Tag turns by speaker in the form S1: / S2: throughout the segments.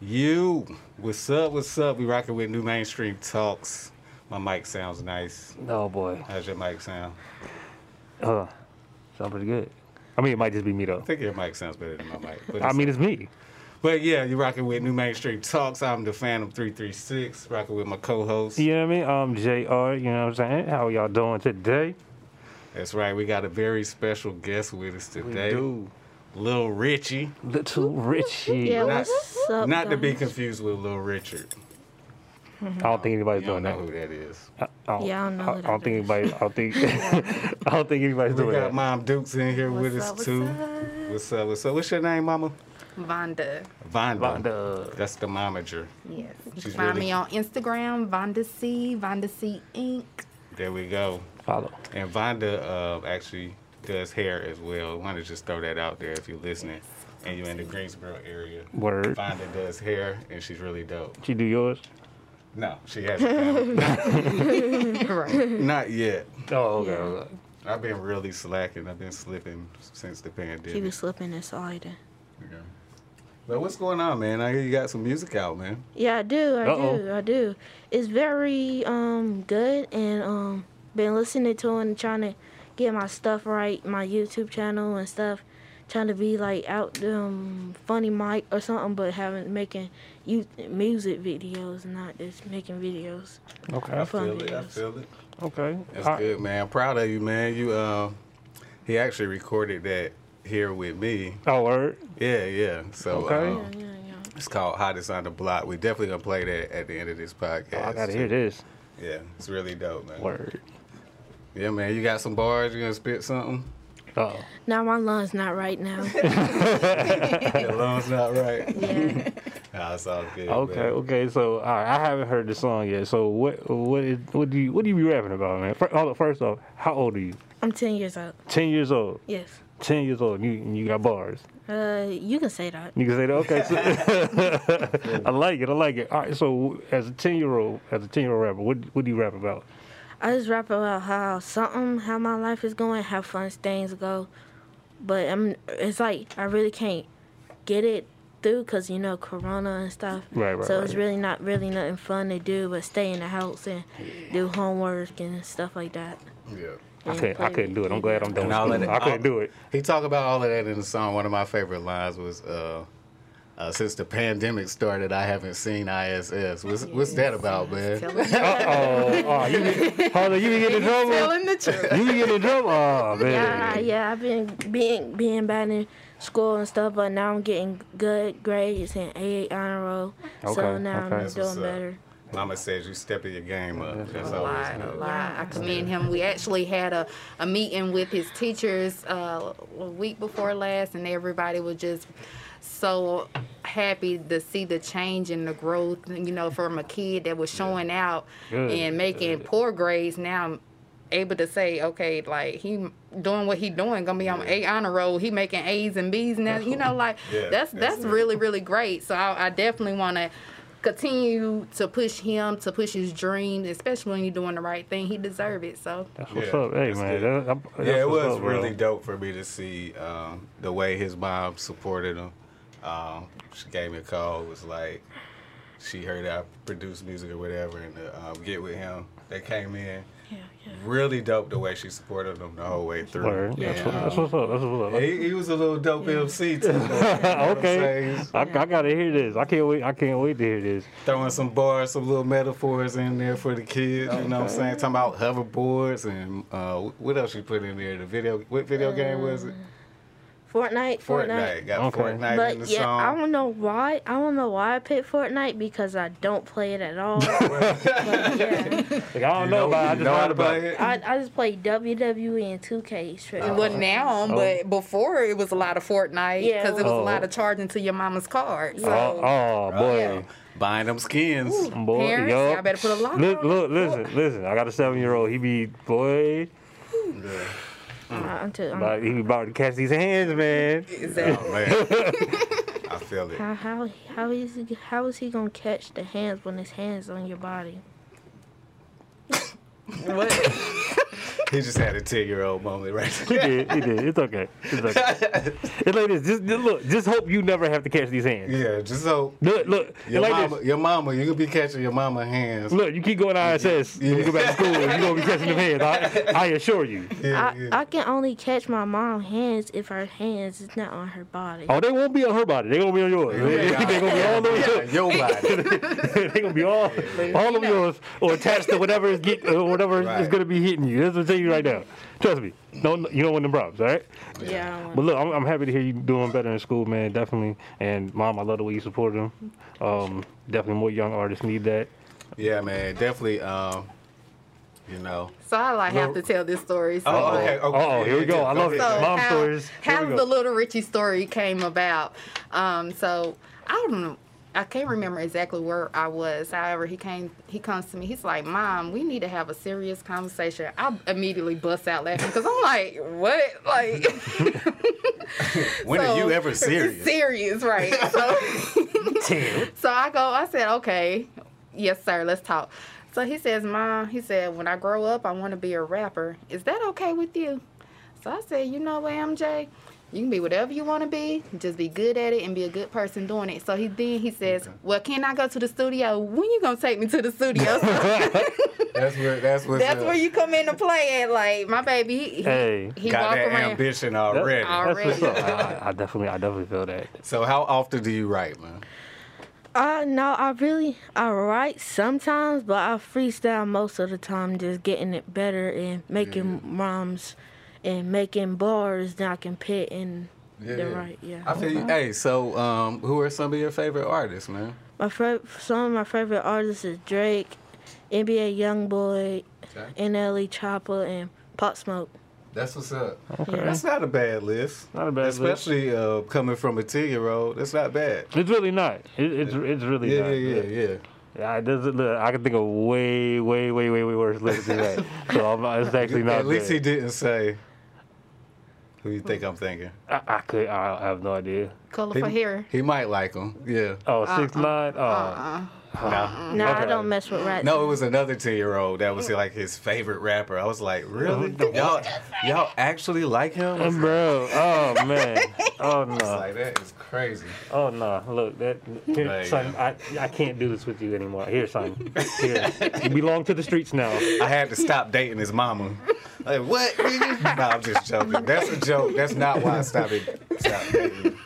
S1: You, what's up? What's up? We rocking with New Mainstream Talks. My mic sounds nice.
S2: Oh boy.
S1: How's your mic sound?
S2: Uh, sound pretty good. I mean, it might just be me though.
S1: I think your mic sounds better than my mic. But,
S2: I
S1: it's-
S2: mean, it's me.
S1: but yeah, you're rocking with New Mainstream Talks. I'm the Phantom 336, rocking with my co host.
S2: You know what I mean? Um, Jr. You know what I'm saying? How y'all doing today?
S1: That's right, we got a very special guest with us today. Lil Richie.
S2: Little Richie.
S3: Yeah,
S1: Not,
S3: what's up?
S1: not to be
S3: guys?
S1: confused with Lil Richard.
S2: I don't think anybody's
S1: You
S2: doing
S1: don't know
S2: that.
S1: who that is.
S2: I don't,
S3: Yeah, I don't know
S2: I,
S3: who that
S2: don't think
S3: is.
S2: anybody. I don't think. I don't think anybody's
S1: We
S2: doing
S1: got
S2: that.
S1: Mom Dukes in here with
S3: What's
S1: us
S3: up, what's
S1: too.
S3: up?
S1: What's up? What's up? What's your name, Mama?
S4: Vonda.
S1: Vonda.
S2: Vonda.
S1: That's the momager.
S4: Yes. You can
S1: She's
S4: find
S1: really-
S4: me on Instagram, Vonda C, Vonda C Inc.
S1: There we go.
S2: Follow.
S1: And Vonda uh, actually does hair as well. Want to just throw that out there if you're listening and you're in the Greensboro area.
S2: Word.
S1: Vonda does hair and she's really dope.
S2: She do yours?
S1: No, she hasn't.
S4: right.
S1: Not yet.
S2: Oh, okay.
S3: Yeah.
S2: okay.
S1: I've been really slacking. I've been slipping since the pandemic.
S3: She was slipping and sliding.
S1: Yeah. But what's going on, man? I hear you got some music out, man.
S3: Yeah, I do. I
S2: Uh-oh.
S3: do. I do. It's very um good and um been listening to and trying to get my stuff right, my YouTube channel and stuff. Trying to be like out um funny mic or something, but haven't making you music videos, not just making videos.
S2: Okay.
S3: Fun
S1: feel it. I
S3: videos.
S1: feel it.
S2: Okay.
S1: That's
S2: I-
S1: good, man. I'm proud of you, man. You uh, he actually recorded that here with me.
S2: Oh, word.
S1: Yeah, yeah. So
S2: Okay.
S1: um,
S3: Yeah, yeah, yeah.
S1: it's called Hottest on the Block. We definitely gonna play that at the end of this podcast.
S2: Oh, I gotta
S1: too.
S2: hear this.
S1: Yeah, it's really dope, man.
S2: Word.
S1: Yeah, man. You got some bars? You gonna spit something?
S2: Oh.
S3: Now my lungs not right now.
S1: Your lungs not right.
S3: yeah.
S1: Nah, it's all good.
S2: Okay.
S1: man.
S2: Okay. So, all right, I haven't heard the song yet. So, what? What? Is, what do you? What do you be rapping about, man? Fir- hold up, First off, how old are you?
S3: I'm ten years old.
S2: Ten years old.
S3: Yes.
S2: Ten years old. And you and you got bars.
S3: Uh you can say that.
S2: You can say that. Okay. So, I like it. I like it. All right. So, as a ten year old, as a ten year old rapper, what what do you rap about?
S3: I just rap about how something, how my life is going, how fun things go, but I'm. It's like I really can't get it through because you know Corona and stuff.
S2: Right, right,
S3: So it's
S2: right.
S3: really not really nothing fun to do but stay in the house and do homework and stuff like that.
S1: Yeah.
S2: I couldn't. I couldn't do it. I'm glad I'm done.
S1: And
S2: with
S1: all of
S2: school.
S1: that-
S2: I couldn't do it.
S1: He talked about all of that in the song. One of my favorite lines was, uh, uh, "Since the pandemic started, I haven't seen ISS." What's, what's that about, man?
S4: Telling,
S2: Uh oh. Oh, you be, hold on. You be getting in trouble.
S4: telling the truth.
S2: You be getting in trouble. Oh man.
S3: Yeah, Uh, yeah. I've been being being bad in school and stuff, but now I'm getting good grades and AA honor roll. so
S2: Okay, okay.
S3: now I'm
S1: That's what's
S3: doing
S1: up.
S3: better.
S1: Mama says you stepping your game up. That's
S4: A
S1: always
S4: lot, a
S1: good.
S4: lot. I commend him. We actually had a, a meeting with his teachers uh, a week before last, and everybody was just so happy to see the change and the growth, you know, from a kid that was showing out
S2: Good,
S4: and making poor grades. Now I'm able to say, okay, like he doing what he doing, gonna be on A honor roll. He making A's and B's now, you know, like
S1: Yeah,
S4: that's
S1: that's
S4: that's,
S1: it.
S4: really really great. So I, I definitely want to continue to push him to push his dream, especially when you're doing the right thing. He deserve it. So
S2: That's what's
S1: Yeah,
S2: up. Hey
S1: that's
S2: man.
S1: good.
S2: That, I'm- that's
S1: Yeah, it
S2: what's
S1: was
S2: up, bro.
S1: really dope for me to see um, the way his mom supported him. Um, she gave me a call. It was like she heard I produced music or whatever, and to um, get with him. They came in.
S3: Yeah, yeah.
S1: Really dope the way she supported him the whole way through.
S2: Word. That's,
S1: And,
S2: what, that's
S1: um,
S2: what's up. That's what's up.
S1: He, he was a little dope MC too. though, you know what I'm
S2: okay.
S1: saying?
S2: I, I gotta hear this. I can't wait. I can't wait to hear this.
S1: Throwing some bars, some little metaphors in there for the kids. You know what I'm saying? Talking about hoverboards and uh, what else you put in there? The video, what video game was it? Fortnite.
S3: Fortnite, Fortnite.
S1: Got
S2: Okay.
S1: Fortnite in the
S3: But yeah,
S1: song.
S3: I don't know why. I don't know why I picked Fortnite because I don't play it at all. But,
S2: Like,
S3: yeah.
S2: I don't
S1: You
S2: know,
S1: know-
S2: about. it. I
S1: you
S2: just
S1: know how
S2: heard
S1: to
S2: about.
S1: play
S2: it.
S1: it?
S3: I, I just play WWE and 2K straight.
S4: it
S2: Oh.
S3: up.
S4: wasn't now, but before it was a lot of Fortnite
S3: Yeah,
S4: because it was
S2: Oh.
S4: a lot of charging to your mama's card. So.
S2: Oh, oh, boy.
S1: Buying them skins.
S2: Boy,
S4: Parents,
S2: yo.
S4: y'all better put a lock
S2: Look,
S4: on
S2: look, listen, listen. I got a seven-year-old. He be boy,
S3: Uh, I'm too. I'm,
S2: but he be about to catch these hands, man.
S4: Exactly.
S1: Oh, man. I feel it.
S3: how how how is he, how is he gonna catch the hands when his hands on your body?
S4: What?
S1: he just had a ten year old moment right
S2: He did. He did. It's okay. It's okay. It's like this. Just, just look. Just hope you never have to catch these hands.
S1: Yeah, just so
S2: Look, look. It's
S1: your
S2: like
S1: mama,
S2: this.
S1: your mama, you gonna be catching your mama hands.
S2: Look, you keep going to ISS when you go back to school. You're gonna be catching them hands. I, I assure you.
S1: Yeah,
S3: I,
S1: yeah.
S3: I can only catch my mom hands if her hands is not on her body.
S2: Oh, they won't be on her body. They gonna be on yours. They,
S1: Yeah.
S2: they gonna be all over
S1: Oh Yeah,
S2: yours.
S1: your body.
S2: they gonna be all all of yours or attached to whatever is get or whatever is- is
S1: Right.
S2: gonna be hitting you. That's what I'm telling you right now. Trust me. Don't you don't want them problems, all right?
S4: Yeah. I
S2: But
S4: don't want-
S2: look, I'm, I'm happy to hear you doing better in school, man. Definitely. And mom, I love the way you support them. Um, definitely more young artists need that.
S1: yeah, man, definitely. Um, you know.
S4: So I like have to tell this story. So
S1: Oh,
S4: like,
S1: okay. okay.
S2: Oh, here we go. I love it.
S1: ahead.
S4: So
S2: Mom
S4: how,
S2: stories. Here
S4: How
S2: we go.
S4: the little Richie story came about. Um, so I don't know. I can't remember exactly where I was. However, he came. He comes to me. He's like, "Mom, we need to have a serious conversation." I immediately bust out laughing because I'm like, "What? Like,
S1: When are you ever serious?
S4: Serious, right? So, so I go. I said, "Okay, yes, sir. Let's talk." So he says, "Mom," he said, "When I grow up, I want to be a rapper. Is that okay with you?" So I said, "You know what, MJ." You can be whatever you want to be. Just be good at it and be a good person doing it. So he then he says, "Well, can I go to the studio? When you gonna take me to the studio?"
S1: That's where. That's what's
S4: That's
S1: up.
S4: where you come into play at. Like my baby, he, he,
S2: Hey.
S4: he
S1: got
S4: walk
S1: that
S4: around.
S1: ambition already.
S2: That's what's up.
S4: Already.
S2: I, I- I definitely, I definitely feel that.
S1: So how often do you write, man?
S3: Uh, no, I really I write sometimes, but I freestyle most of the time, just getting it better and making rhymes and making bars that I can put in the right. Yeah,
S1: I feel you. Hey, so um, who are some of your favorite artists, man?
S3: my fav- some of my favorite artists is Drake, NBA YoungBoy,
S1: Okay.
S3: NLE Choppa, and Pop Smoke.
S1: That's what's up.
S3: Yeah.
S1: That's not a bad list.
S2: Not a bad list.
S1: Especially uh, coming from a 10 year old. That's not bad.
S2: It's really not. It, it's it's really
S1: Yeah,
S2: not.
S1: yeah, yeah, yeah.
S2: Yeah, it doesn't look. I can think of way, way, way, way, way worse lyrics than that. So I'm, not- it's actually not.
S1: At least
S2: bad.
S1: he didn't say who you think I'm thinking.
S2: I, I could. I, I have no idea.
S4: Color
S1: He,
S4: for hair.
S1: he might like him. Yeah.
S2: Oh, six line. Oh, Uh-huh.
S1: No.
S3: No, I
S2: Okay.
S3: don't mess with rats.
S1: No, it was another 10 year old that was like his favorite rapper. I was like, really? Y'all, y'all actually like him?
S2: Uh, bro. Oh man. Oh no.
S1: Like, that is crazy.
S2: Oh no. Look, that
S1: There
S2: here,
S1: you
S2: son.
S1: go.
S2: I, I can't do this with you anymore. Here, son. Here. You belong to the streets now.
S1: I had to stop dating his mama. Like, what? nigga? no, I'm just joking. That's a joke. That's not why I stopped, it, stopped dating.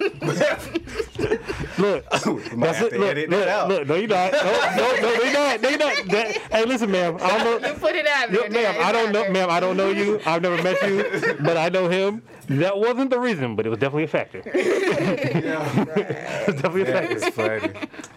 S2: Look.
S1: We might have
S2: That's
S1: to
S2: it. Look,
S1: edit
S2: look,
S1: that out.
S2: look, no, you're not. No, no, no, they not. They not. That, hey, listen, ma'am. I don't know.
S4: You put it out there.
S2: Look,
S4: now,
S2: ma'am,
S4: it's
S2: I don't
S4: out
S2: know,
S4: there.
S2: ma'am, I don't know you. I've never met you, but I know him. That wasn't the reason, but it was definitely a factor. It
S1: Yeah.
S2: was definitely a
S1: That is
S2: factor.
S1: funny.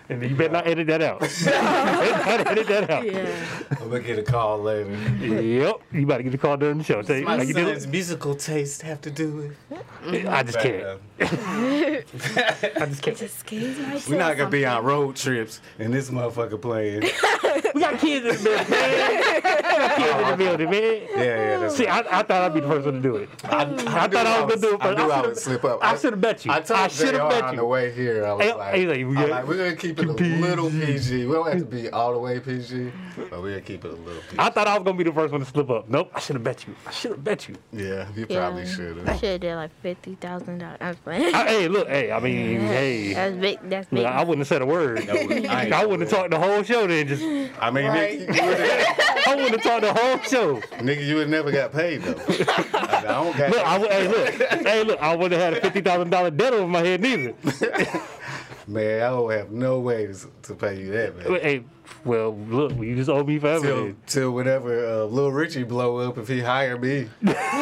S2: And you better not edit that out. You better not edit that out.
S3: Yeah.
S1: I'm gonna get a call later.
S2: Yep, you about to get a call during the show. Tell you,
S1: My
S2: like you
S1: son's
S2: did,
S1: musical taste have to do with.
S2: I just
S1: uh,
S2: can't. I just can't.
S3: Just kidding myself.
S1: We're not gonna be on road trips and this motherfucker playing. yeah,
S2: We got kids in the building, man. We got kids in the building, man.
S1: yeah, that's.
S2: See, I, I thought I'd be the first one to do it.
S1: I,
S2: I thought I was gonna do it
S1: I
S2: first.
S1: knew I,
S2: should've-
S1: would slip up.
S2: I should have bet you.
S1: I told
S2: should
S1: JR
S2: have bet
S1: on the
S2: you.
S1: way here. I was
S2: Hey,
S1: like,
S2: he's like,
S1: I'm
S2: yeah.
S1: like, we're gonna keep it a
S2: PG.
S1: little PG. We don't have to be all the way PG, but we're gonna keep it a little PG.
S2: I thought I was gonna be the first one to slip up. Nope, I should have bet you. I should have bet you.
S1: yeah, you
S3: Yeah.
S1: probably should
S3: I
S1: have.
S3: should have did like fifty thousand dollars. I'm playing.
S2: I, hey, look, hey, I mean, hey.
S3: That's big. That's
S2: Look,
S3: big.
S2: I wouldn't have said a word. I wouldn't have talked the whole show then. Just
S1: I mean,
S4: Right.
S1: Nick, you would've-
S2: I wouldn't have talked the whole show.
S1: Nigga, you would never got paid though. I don't got.
S2: Look, I would, hey, look, hey, look, I wouldn't have had a fifty thousand dollar debt over my head neither.
S1: man, I don't have no way to, to pay you that, man.
S2: hey, well, look, you just owe me forever.
S1: Till,
S2: then.
S1: till whenever uh, Lil Richie blow up, if he hire me,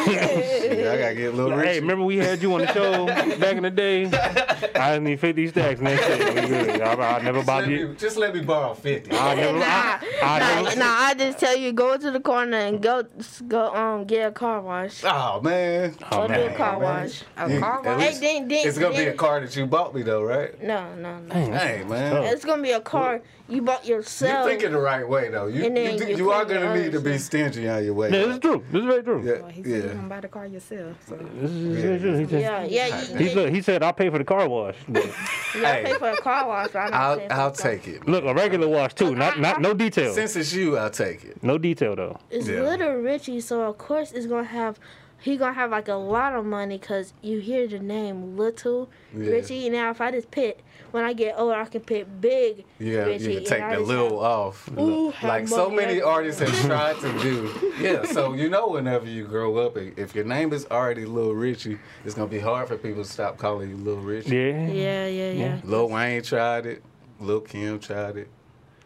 S1: Shit, I gotta get Lil
S2: Hey,
S1: Richie.
S2: remember we had you on the show back in the day? I just need fifty stacks next year. I, I never
S1: just, let
S2: bought you.
S1: me, just let me borrow fifty.
S2: I never. I, I
S3: Nah,
S2: never.
S3: nah, I just tell you go to the corner and go go um get a car wash.
S1: Oh man,
S3: Go do a
S2: man.
S3: car wash.
S4: A
S1: You-
S4: car
S1: at
S4: wash?
S3: Hey,
S1: least-
S3: then, then,
S1: it's gonna be
S3: then,
S2: Mm-hmm.
S1: a car that you bought me though, right?
S3: No, no, no.
S1: Hey man,
S3: It's gonna be a car you bought
S1: You're
S3: yourself.
S1: thinking the right way though. You
S3: And then
S1: you, do-
S3: you
S1: you are
S3: clean
S1: gonna
S3: your Oh,
S1: need to be
S3: others.
S1: stingy on your way.
S2: Yeah, this is true. This is very true.
S1: Yeah,
S4: Well, he said you're
S1: yeah.
S4: gonna buy the car yourself. So.
S2: This is, this is- he said-
S3: yeah, yeah. You,
S2: He, look, he said, I'll pay for the car wash. Look,
S3: you gotta pay for a car wash. But I'm not
S1: I'll
S3: paying for
S1: I'll
S3: the car.
S1: take it.
S2: look, a regular wash too. Not, not, no detail.
S1: Since it's you, I'll take it.
S2: No detail though.
S3: It's
S1: Yeah.
S3: Little Richie, so of course it's gonna have. He gonna have like a lot of money because you hear the name Little
S1: Yeah.
S3: Richie. Now if I just pit when I get older, I can pit Big
S1: Yeah,
S3: Richie.
S1: you
S3: and
S1: can take
S3: I
S1: the
S3: just
S1: little
S3: have-
S1: off.
S3: Ooh, how
S1: like so
S3: much
S1: many
S3: that-
S1: artists have tried to do. Yeah, so you know, whenever you grow up, i- if your name is already Lil Richie, it's gonna be hard for people to stop calling you Lil Richie.
S2: Yeah.
S3: Yeah, yeah, yeah.
S1: Lil Wayne tried it. Lil Kim tried it.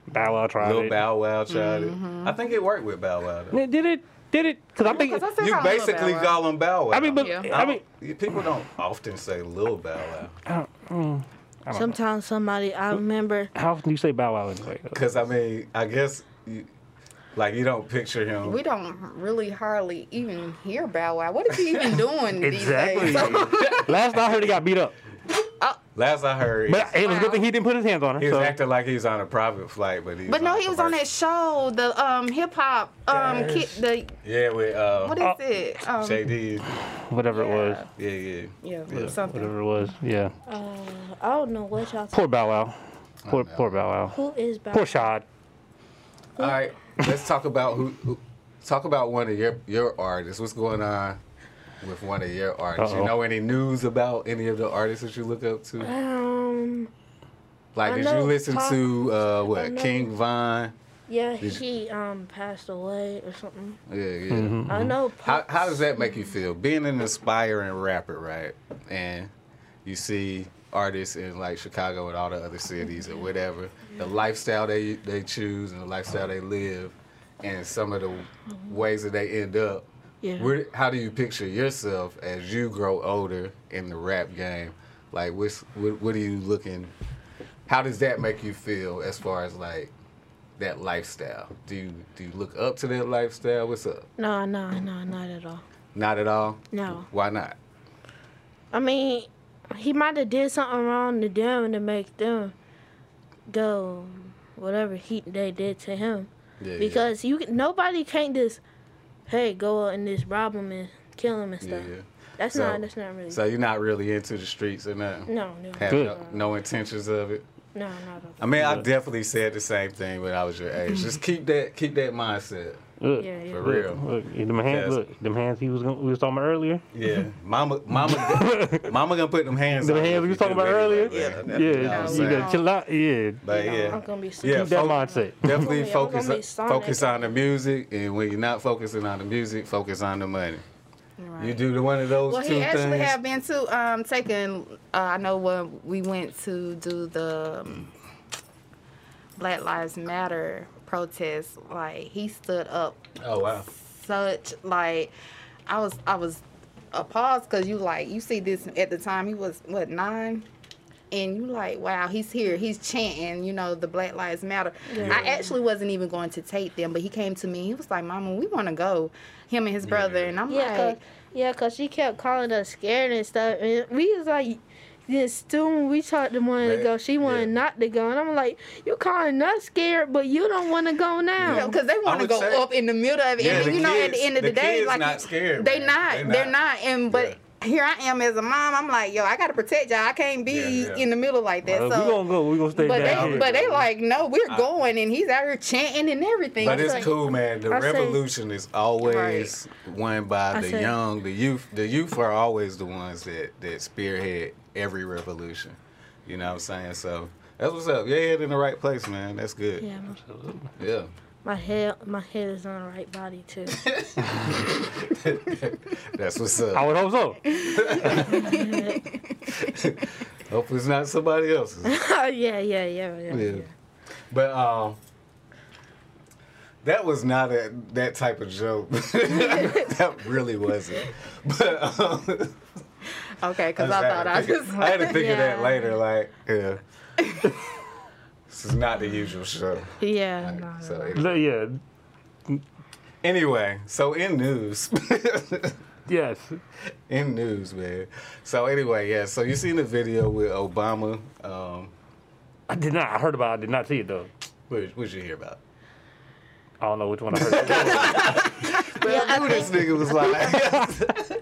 S2: Bow Wow tried
S1: Lil
S2: it.
S1: Bow Wow tried it. I think it worked with Bow Wow. Though.
S2: Man, Did it? Did it? Because I think.
S4: Because I still
S1: You
S4: got a little
S1: basically
S4: bad
S1: call him Bow Wow.
S2: I mean, but
S4: Yeah.
S2: I mean,
S1: You- people don't often say Lil Bow Wow
S3: Sometimes somebody I remember.
S2: how often do you say Bow Wow anyway? though?
S1: because I mean, I guess you, like you don't picture him.
S4: We don't really hardly even hear Bow Wow. What is he even doing
S2: Exactly.
S4: these days?
S2: Last I heard, he got beat up.
S1: Last I heard,
S2: But
S1: he
S2: it was a good thing he didn't put his hands on her.
S1: was
S2: so.
S1: acting like he's on a private flight, but he.
S4: But no, he was on that
S1: commercial.
S4: show, the um hip hop um kid,
S1: Yes.
S4: the
S1: Yeah, with uh,
S4: what is it? Um,
S1: JD.
S2: whatever it was.
S1: Yeah, yeah.
S4: Yeah, something.
S2: Whatever it was. Yeah.
S3: I don't know what y'all.
S2: Poor Bow Wow. Poor,
S1: know.
S2: poor Bow Wow.
S3: Who is Bow?
S2: Poor Shad.
S1: All right, let's talk about who, who. Talk about one of your your artists. What's going on with one of your artists?
S2: Uh-oh.
S1: You know any news about any of the artists that you look up
S4: Uh,
S1: to?
S3: Um.
S1: Like,
S3: I
S1: did you
S3: know
S1: listen
S3: Pop-
S1: to uh,
S3: I
S1: what
S3: know-
S1: King Von?
S3: Yeah,
S1: Did
S3: he um passed away or something.
S1: Yeah, yeah.
S2: Mm-hmm.
S3: I know.
S1: Mm-hmm. How
S3: Pop-
S1: how does that make you feel? Being an inspiring rapper, right? And you see artists in like Chicago and all the other cities or whatever, the lifestyle they they choose and the lifestyle they live, and some of the ways that they end up.
S3: Yeah.
S1: Where, how do you picture yourself as you grow older in the rap game? Like, what's, what what are you looking? How does that make you feel as far as like that lifestyle? Do you do you look up to that lifestyle? What's up?
S3: No, no, no, not at all.
S1: Not at all.
S3: No.
S1: Why not?
S3: I mean, he might have did something wrong to them to make them go whatever he they did to him.
S1: Yeah,
S3: because you can- nobody can't just hey go out and just rob him and kill him and
S1: yeah,
S3: stuff.
S1: yeah.
S3: That's
S1: So-
S3: not that's not really.
S1: So you're not really into the streets or nothing.
S3: no, no,
S1: Have
S2: Good.
S1: No, no intentions of it.
S3: no, not at
S1: I
S3: all.
S1: mean, I definitely said the same thing when I was your age. Just keep that keep that mindset
S2: Look.
S3: Yeah,
S1: for
S3: yeah.
S2: Look,
S1: real.
S2: Look, them hands,
S1: Yes.
S2: look, them hands he was gonna, we was talking about earlier.
S1: Yeah, mama, mama, mama gonna put them hands.
S2: Them
S1: on you
S2: hands
S1: if
S2: we
S1: you
S2: was talking
S1: do
S2: about
S1: anyway,
S2: earlier.
S1: but-
S2: Yeah,
S1: you know what I'm
S2: you
S1: saying?
S2: gotta chill out. Yeah,
S1: But
S3: I'm
S1: yeah,
S3: gonna be sick.
S1: yeah.
S2: keep that
S1: folk-
S2: mindset. Uh,
S1: Definitely
S3: I'm gonna be- I'm
S1: focus
S3: gonna be Sonic.
S1: focus on the music, and when you're not focusing on the music, focus on the money.
S4: Right.
S1: You do the one of those
S4: Well,
S1: two
S4: he actually
S1: things.
S4: have been to um taking. Uh, I know when we went to do the um, Black Lives Matter protest, like he stood up
S1: oh wow.
S4: such like I was I was appalled because you like you see this at the time he was what nine. And you like, wow, he's here. He's chanting, you know, the Black Lives Matter. I actually wasn't even going to take them, but he came to me. He was like, Mama, we want to go. Him and his brother. And I'm
S3: Yeah,
S4: like,
S3: cause, yeah, 'cause she kept calling us scared and stuff. And we was like, this student we talked to wanted to
S1: Right,
S3: go. She wanted
S1: yeah.
S3: not to go. And I'm like, you calling us scared, but you don't want to go now.
S4: because they want to
S1: would
S4: go
S1: say-
S4: up in the middle of it.
S1: Yeah,
S4: and
S1: the
S4: then, you know, at
S1: kids-
S4: the end of the,
S1: the
S4: day,
S1: kids
S4: like
S1: not scared,
S4: They
S1: man.
S4: not.
S1: They
S4: They're
S1: not.
S4: not. And but here I am as a mom. I'm like, yo, I gotta protect y'all. I can't be
S1: Yeah, yeah.
S4: in the middle like that.
S2: Uh,
S4: so
S2: we gonna go. We gonna stay
S4: But
S2: down
S4: they,
S2: here.
S4: but they like, no, we're going, and he's out here chanting and everything.
S1: But
S4: I'm
S1: it's
S4: like,
S1: cool, man. The
S3: I say-
S1: revolution is always won by
S3: I
S1: the
S3: say-
S1: young, the youth. The youth are always the ones that that spearhead every revolution. You know what I'm saying? So that's what's up. Your head in the right place, man. That's good.
S3: Yeah, my,
S1: Yeah.
S3: my head, my head is on the right body too.
S1: That's what's
S2: I
S1: up.
S2: would hope so.
S1: Hope it's not somebody else's.
S3: yeah, Oh, yeah, yeah, yeah,
S1: Yeah.
S3: yeah.
S1: But um that was not a that type of joke. that really wasn't. But um,
S4: okay, because
S1: just
S4: I thought I
S1: had to
S4: was.
S1: think- I had to think of that
S3: Yeah.
S1: later. Like, yeah, this is not the usual show.
S3: Yeah, nah,
S1: So
S3: nah.
S1: it-
S2: Look, yeah.
S1: anyway, so in news,
S2: Yes.
S1: in news, man. So anyway, yeah. So you seen the video with Obama? Um,
S2: I did not. I heard about. it. I did not see it though.
S1: What, what you hear about?
S2: I don't know which one I heard.
S1: Man, I knew this nigga was like.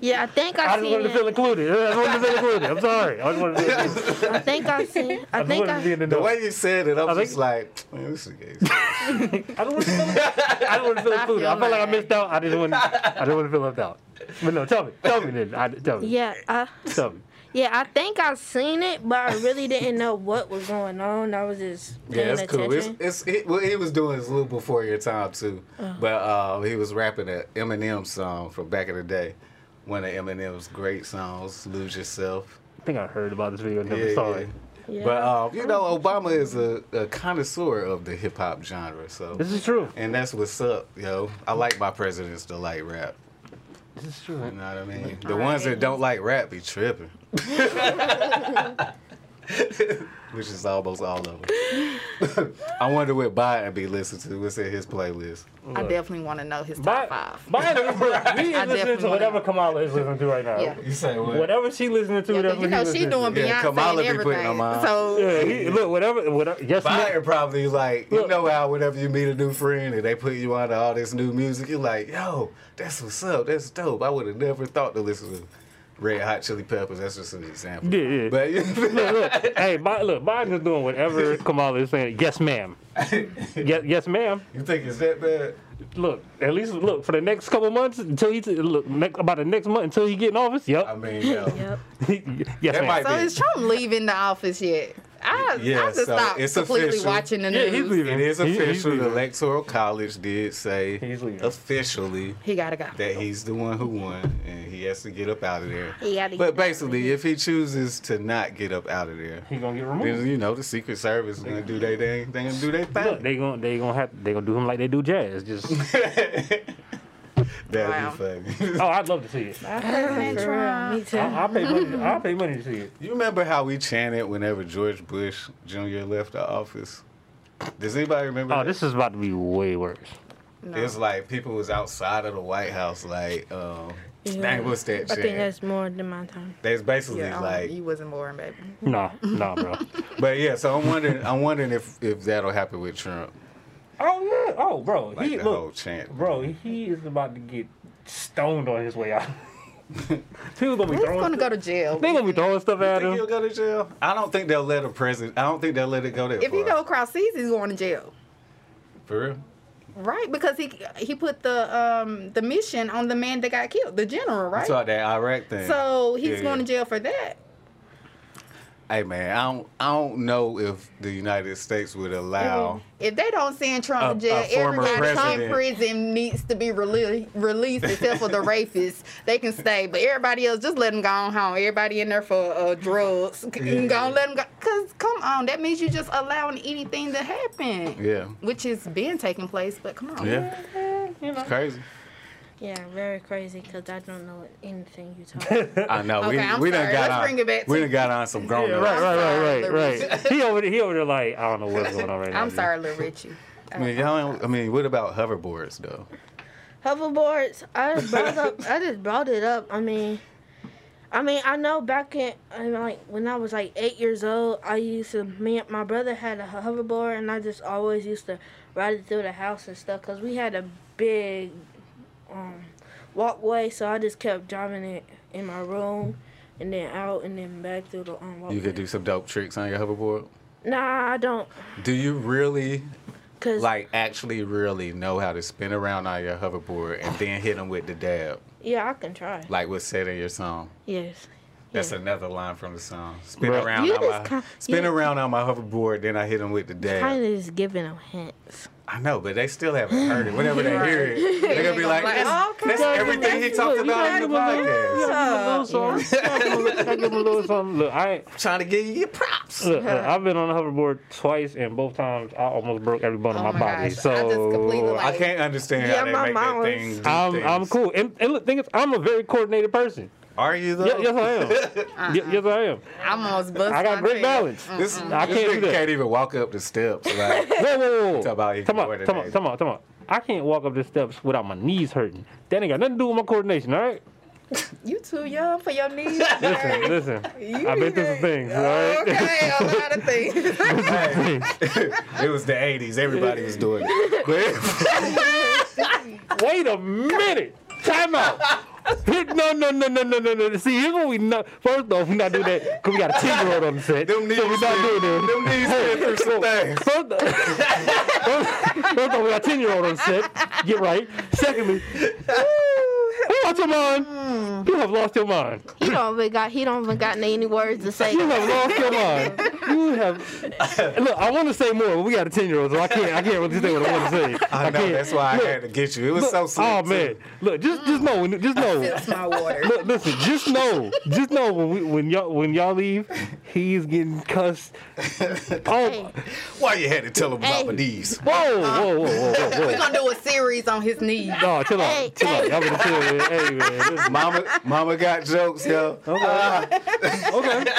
S3: Yeah, I think I,
S2: I just
S3: seen
S2: wanted to feel
S3: it.
S2: included. I just wanted to feel included. I'm sorry. I just wanted to. Feel included.
S3: I think I seen. I
S2: I just
S3: think
S2: wanted to be in the
S3: I.
S1: The
S2: know.
S1: way you said it, I'm
S2: I think-
S1: just like, man, this is gay.
S2: I don't want to feel. I don't want to feel included. I felt like I missed out. I didn't want. I didn't want to feel left out. But no, tell me. Tell me then. I, tell me.
S3: Yeah, I.
S2: Tell me.
S3: Yeah, I think I seen it, but I really didn't know what was going on. I was just paying
S1: Yeah, it's
S3: attention. Oh.
S1: cool. It's, it's it, well, he was doing his little before your time too, but uh, he was rapping an Eminem song from back in the day, one of Eminem's great songs, "Lose Yourself."
S2: I think I heard about this video and never
S1: Yeah,
S2: saw
S1: yeah.
S2: it.
S3: yeah. Oh.
S1: But um, you know, Obama is a, a connoisseur of the hip hop genre, so
S2: This is true.
S1: and that's what's up, yo. I like my presidents to like rap.
S2: This is true.
S1: You know what I mean? The ones that don't like rap be tripping. Which is almost all of them. I wonder what Biden be listening to. What's in his playlist?
S4: I definitely want to know his
S2: Bi-
S4: top five.
S2: Biden, we is listening to
S4: definitely
S2: whatever
S4: wanna-
S2: Kamala is listening to right now.
S4: Yeah.
S1: You say what?
S2: Whatever she listening to,
S4: Yeah, 'cause
S2: that's
S4: you
S2: what
S4: know
S2: he
S4: she
S2: listening
S4: doing
S2: to.
S1: Yeah,
S4: Beyonce
S1: Kamala
S4: and
S1: be putting
S4: everything.
S1: them on.
S4: So
S2: Yeah, he, look, whatever, whatever. Yes, ma'am.
S1: Biden probably like, you
S2: Look.
S1: know how whenever you meet a new friend and they put you on to all this new music, you're like, yo, that's what's up. That's dope. I would have never thought to listen to Red Hot Chili Peppers. That's just an example.
S2: Yeah, yeah.
S1: But you
S2: Look, look, hey, Bi- look, Biden is doing whatever Kamala is saying. Yes, ma'am. yes, yes, ma'am.
S1: you think it's that bad?
S2: Look, at least look for the next couple months until he t- look next, about the next month until he get in office.
S1: I
S2: Yep.
S1: mean, yo.
S3: yep.
S2: yes,
S1: That
S2: ma'am.
S1: might
S4: So is Trump leaving the office yet? I,
S1: Yeah,
S4: I just
S1: so
S4: stopped
S1: it's
S4: completely
S1: official.
S4: watching the
S2: Yeah,
S4: news.
S2: he's leaving.
S1: It is
S2: He- he's
S1: official. the
S2: leaving.
S1: Electoral College did say
S2: He's leaving.
S1: officially
S4: He gotta go.
S1: that he's the one who won, and he has to get up out of there.
S3: He gotta
S1: But
S3: get out of
S1: basically, if he chooses to not get up out of there,
S2: He gonna get
S1: then
S2: removed.
S1: you know the Secret Service is gonna do their thing. They gonna do their
S2: Look,
S1: thing.
S2: they gonna they gonna have they gonna do him like they do jazz. Just oh,
S1: That'd be funny.
S2: I'd love to see it. I,
S3: For real, me too.
S1: Oh,
S2: I pay money. I pay money to see it.
S1: you remember how we chanted whenever George Bush Jr. left the office? Does anybody remember?
S2: Oh,
S1: that?
S2: this is about to be way worse.
S1: It's like people was outside of the White House, like, um,
S3: Yeah.
S1: dang, what's that
S3: I think
S1: chant?
S3: that's more than my time.
S1: That's basically
S4: Yeah,
S1: like
S4: you wasn't born, baby.
S2: Nah, nah, bro.
S1: But yeah, so I'm wondering, I'm wondering if if that'll happen with Trump,
S2: oh yeah. Oh, bro.
S1: like
S2: he,
S1: the
S2: look,
S1: whole chant.
S2: Bro, he is about to get stoned on his way out. People gonna be
S4: He's
S2: throwing.
S4: gonna go to jail.
S2: they gonna be throwing stuff at
S1: Think he'll
S2: him.
S1: go to jail? I don't think they'll let a president. I don't think they'll let it go there.
S4: If he go across seas, he's going to jail,
S1: for real,
S4: right? Because he he put the um the mission on the man that got killed, the general,
S1: right?
S4: right?
S1: talk that Iraq thing.
S4: So he's
S1: Yeah, yeah.
S4: going to jail for that.
S1: hey man, I don't, I don't know if the United States would allow.
S4: If they don't send
S1: A-
S4: Trump to jail,
S1: a former
S4: everybody in
S1: president.
S4: prison needs to be rele- released, except for the rapists. They can stay, but everybody else, just let them go on home. Everybody in there for uh, drugs,
S1: Yeah.
S4: yeah. go let them go. Cause come on, that means you just allowing anything to happen,
S1: Yeah,
S4: which is been taking place. But come on,
S1: yeah,
S4: you know.
S1: it's crazy.
S3: Yeah, very crazy because I don't know anything you talk. about.
S1: I know. we
S4: Okay, I'm
S1: we done
S4: sorry.
S1: got
S4: Let's
S1: on.
S4: bring it back
S1: we
S4: to-
S1: done got on some grown
S2: Yeah,
S1: ups.
S2: right, right,
S4: sorry,
S2: right, right, right. he over there, he over there, like I don't know what's going on right now.
S4: I'm
S2: dude.
S4: sorry, Lil Richie.
S1: I mean, y'all. ain't- I mean, what about hoverboards though?
S3: Hoverboards. I just brought up. I just brought it up. I mean, I mean, I know back in I mean, like when I was like eight years old, I used to. Me, and my brother had a hoverboard, and I just always used to ride it through the house and stuff because we had a big um, walkway. So I just kept driving it in my room, and then out, and then back through the um, walkway.
S1: You could do some dope tricks on your hoverboard.
S3: Nah, I don't.
S1: Do you really
S3: Cause
S1: like actually really know how to spin around on your hoverboard and then hit them with the dab,
S3: yeah, I can try.
S1: like what's said in your song.
S3: Yes.
S1: That's another line from the song. Spin
S2: Right.
S1: around
S3: You
S1: on
S3: just
S1: my
S3: kin-
S1: spin
S3: you-
S1: around on my hoverboard, then I hit them with the dab.
S3: Kind of just giving them hints.
S1: I know, but they still haven't heard it. Whenever they hear it, they're gonna be
S4: They're
S1: like,
S4: gonna be like,
S3: "Oh,
S1: "That's,
S4: okay,
S1: that's
S4: that's-
S1: everything he talked about in the podcast."
S2: Little something. I give him a little something. Look, I ain't-
S1: I'm trying to give you your props.
S2: look, look, I've been on a hoverboard twice, and both times I almost broke every bone in
S4: Oh
S2: my,
S4: my
S2: body.
S4: gosh, I
S2: so
S4: just completely, like,
S1: I can't understand
S3: Yeah,
S1: how they
S3: my
S1: make that
S3: mom
S1: thing.
S3: was-
S1: do
S2: I'm
S1: things.
S2: I'm cool. And, and look, thing is, I'm a very coordinated person.
S1: Are you though?
S2: Yeah, yes, I am. Ye- yes, I am.
S4: I'm almost busting.
S2: I got great balance.
S1: This,
S2: I
S1: this
S2: can't
S1: nigga
S2: do that.
S1: can't even walk up the steps. Like,
S2: Whoa, whoa, whoa.
S1: Talk about
S2: Come on,
S1: ignoring
S2: come on,
S1: it.
S2: come on, come on. I can't walk up the steps without my knees hurting. That ain't got nothing to do with my coordination, all right?
S4: You too young for your knees.
S2: Listen,
S4: Derek.
S2: listen.
S4: You
S2: I've been through some
S4: need-
S2: things, all right?
S4: Okay, a lot of things.
S1: Hey, it was the 80s. Everybody was doing it.
S2: Wait a minute. Time out. Here- No, no, no, no, no, no, no. See, here's what we know. First off, we not doing that because we got a 10 year old on the set.
S1: Them knees
S2: so we not
S1: been-
S2: doing that.
S1: them knees been through some things.
S2: First, first, first off, we got a 10 year old on set. Get right. Secondly, who lost your
S3: Hmm.
S2: mind? You have lost your mind.
S3: He don't even got. He don't even gotten any words to say.
S2: You have lost your mind. You have. Look, I want to say more, but we got a 10 year old, so I can't, I can't really say what I want to say.
S1: I know.
S2: can't.
S1: That's why I
S2: Look,
S1: had to get you. It was
S2: look,
S1: so sweet.
S2: Oh,
S1: too.
S2: man. Look, just, just know. when- Just know.
S4: That's my water.
S2: Look, listen, just know, just know when we, when y'all when y'all leave, he's getting cussed. Oh,
S1: Why you had to tell them about
S3: Hey.
S1: my knees?
S2: whoa, whoa, whoa, whoa, whoa,
S4: We're
S2: whoa.
S4: gonna do a series on his knees.
S2: No, chill
S3: Hey,
S2: out, chill out.
S3: hey.
S2: Y'all better chill, man. Hey, man. Listen,
S1: Mama, mama got jokes, yo.
S2: okay.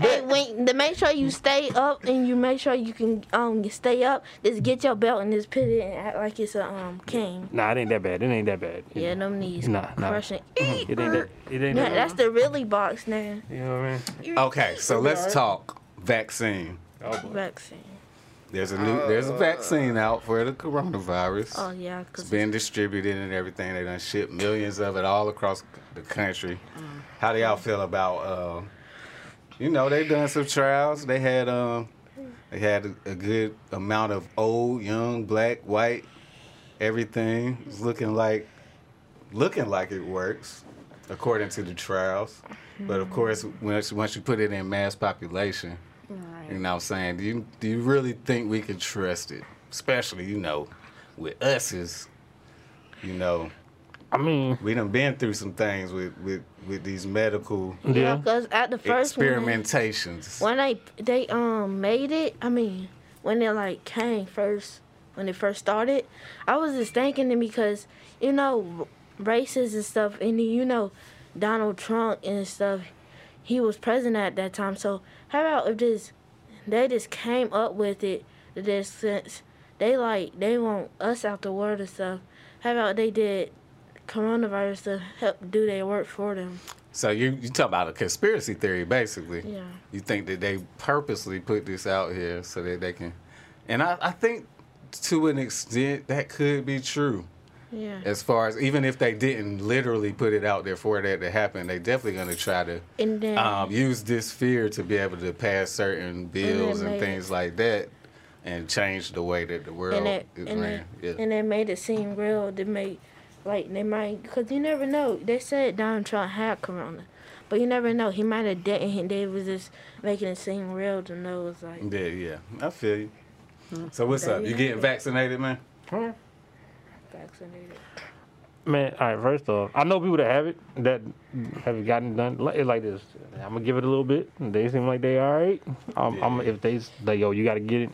S3: Hey, when, to make sure you stay up and you make sure you can um stay up. Just get your belt and just put it and act like it's a um cane.
S2: Nah, it ain't that bad. It ain't that bad.
S3: Yeah, them knees
S2: Nah, nah.
S3: crushing.
S2: It ain't that. It ain't
S3: Yeah,
S2: that.
S3: that's the really box now.
S2: You know what I mean?
S1: Okay, so let's talk vaccine.
S2: Oh boy.
S3: Vaccine.
S1: There's a new, there's a vaccine out for the coronavirus.
S3: Oh yeah,
S1: It's
S3: cause
S1: been distributed and everything. They done shipped millions of it all across the country. How do y'all feel about? Uh, you know, they done some trials. They had um, they had a, a good amount of old, young, black, white, everything. It's looking like, looking like it works, according to the trials. But of course, once once you put it in mass population, you know what I'm saying? Do you do you really think we can trust it? Especially, you know, with us is you know,
S2: I mean,
S1: we done been through some things with with, with these medical
S3: yeah,
S2: yeah.
S3: cause at the first one,
S1: experimentations.
S3: when they they um made it, I mean, when it like came first, when it first started, I was just thinking it because you know, r- races and stuff, and then, you know, Donald Trump and stuff, he was president at that time. So how about if this, they just came up with it, this since they like they want us out the world and stuff. How about they did coronavirus to help do their work for them?
S1: So you you talk about a conspiracy theory basically.
S3: Yeah.
S1: You think that they purposely put this out here so that they can and I, I think to an extent that could be true.
S3: Yeah.
S1: As far as even if they didn't literally put it out there for that to happen, they definitely gonna try to
S3: And then
S1: um, use this fear to be able to pass certain bills and,
S3: made
S1: things like that and change the way that the world
S3: and it
S1: is
S3: and
S1: ran.
S3: it,
S1: Yeah.
S3: and it made it seem real. They made like they might because you never know. They said Donald Trump had corona, but you never know. He might have didn't. and They was just making it seem real to know. It's like
S1: yeah, yeah. I feel you.
S3: Mm-hmm.
S1: So what's
S3: There
S1: up?
S3: you
S1: You
S3: have
S1: getting
S3: it.
S1: vaccinated, man?
S3: vaccinated.
S2: Man, all right. First off, I know people that have it that have it gotten done like, it's like this. I'm gonna give it a little bit. They seem like they all right. Um, I'm,
S1: Yeah.
S2: if they s- like, yo, you gotta get it.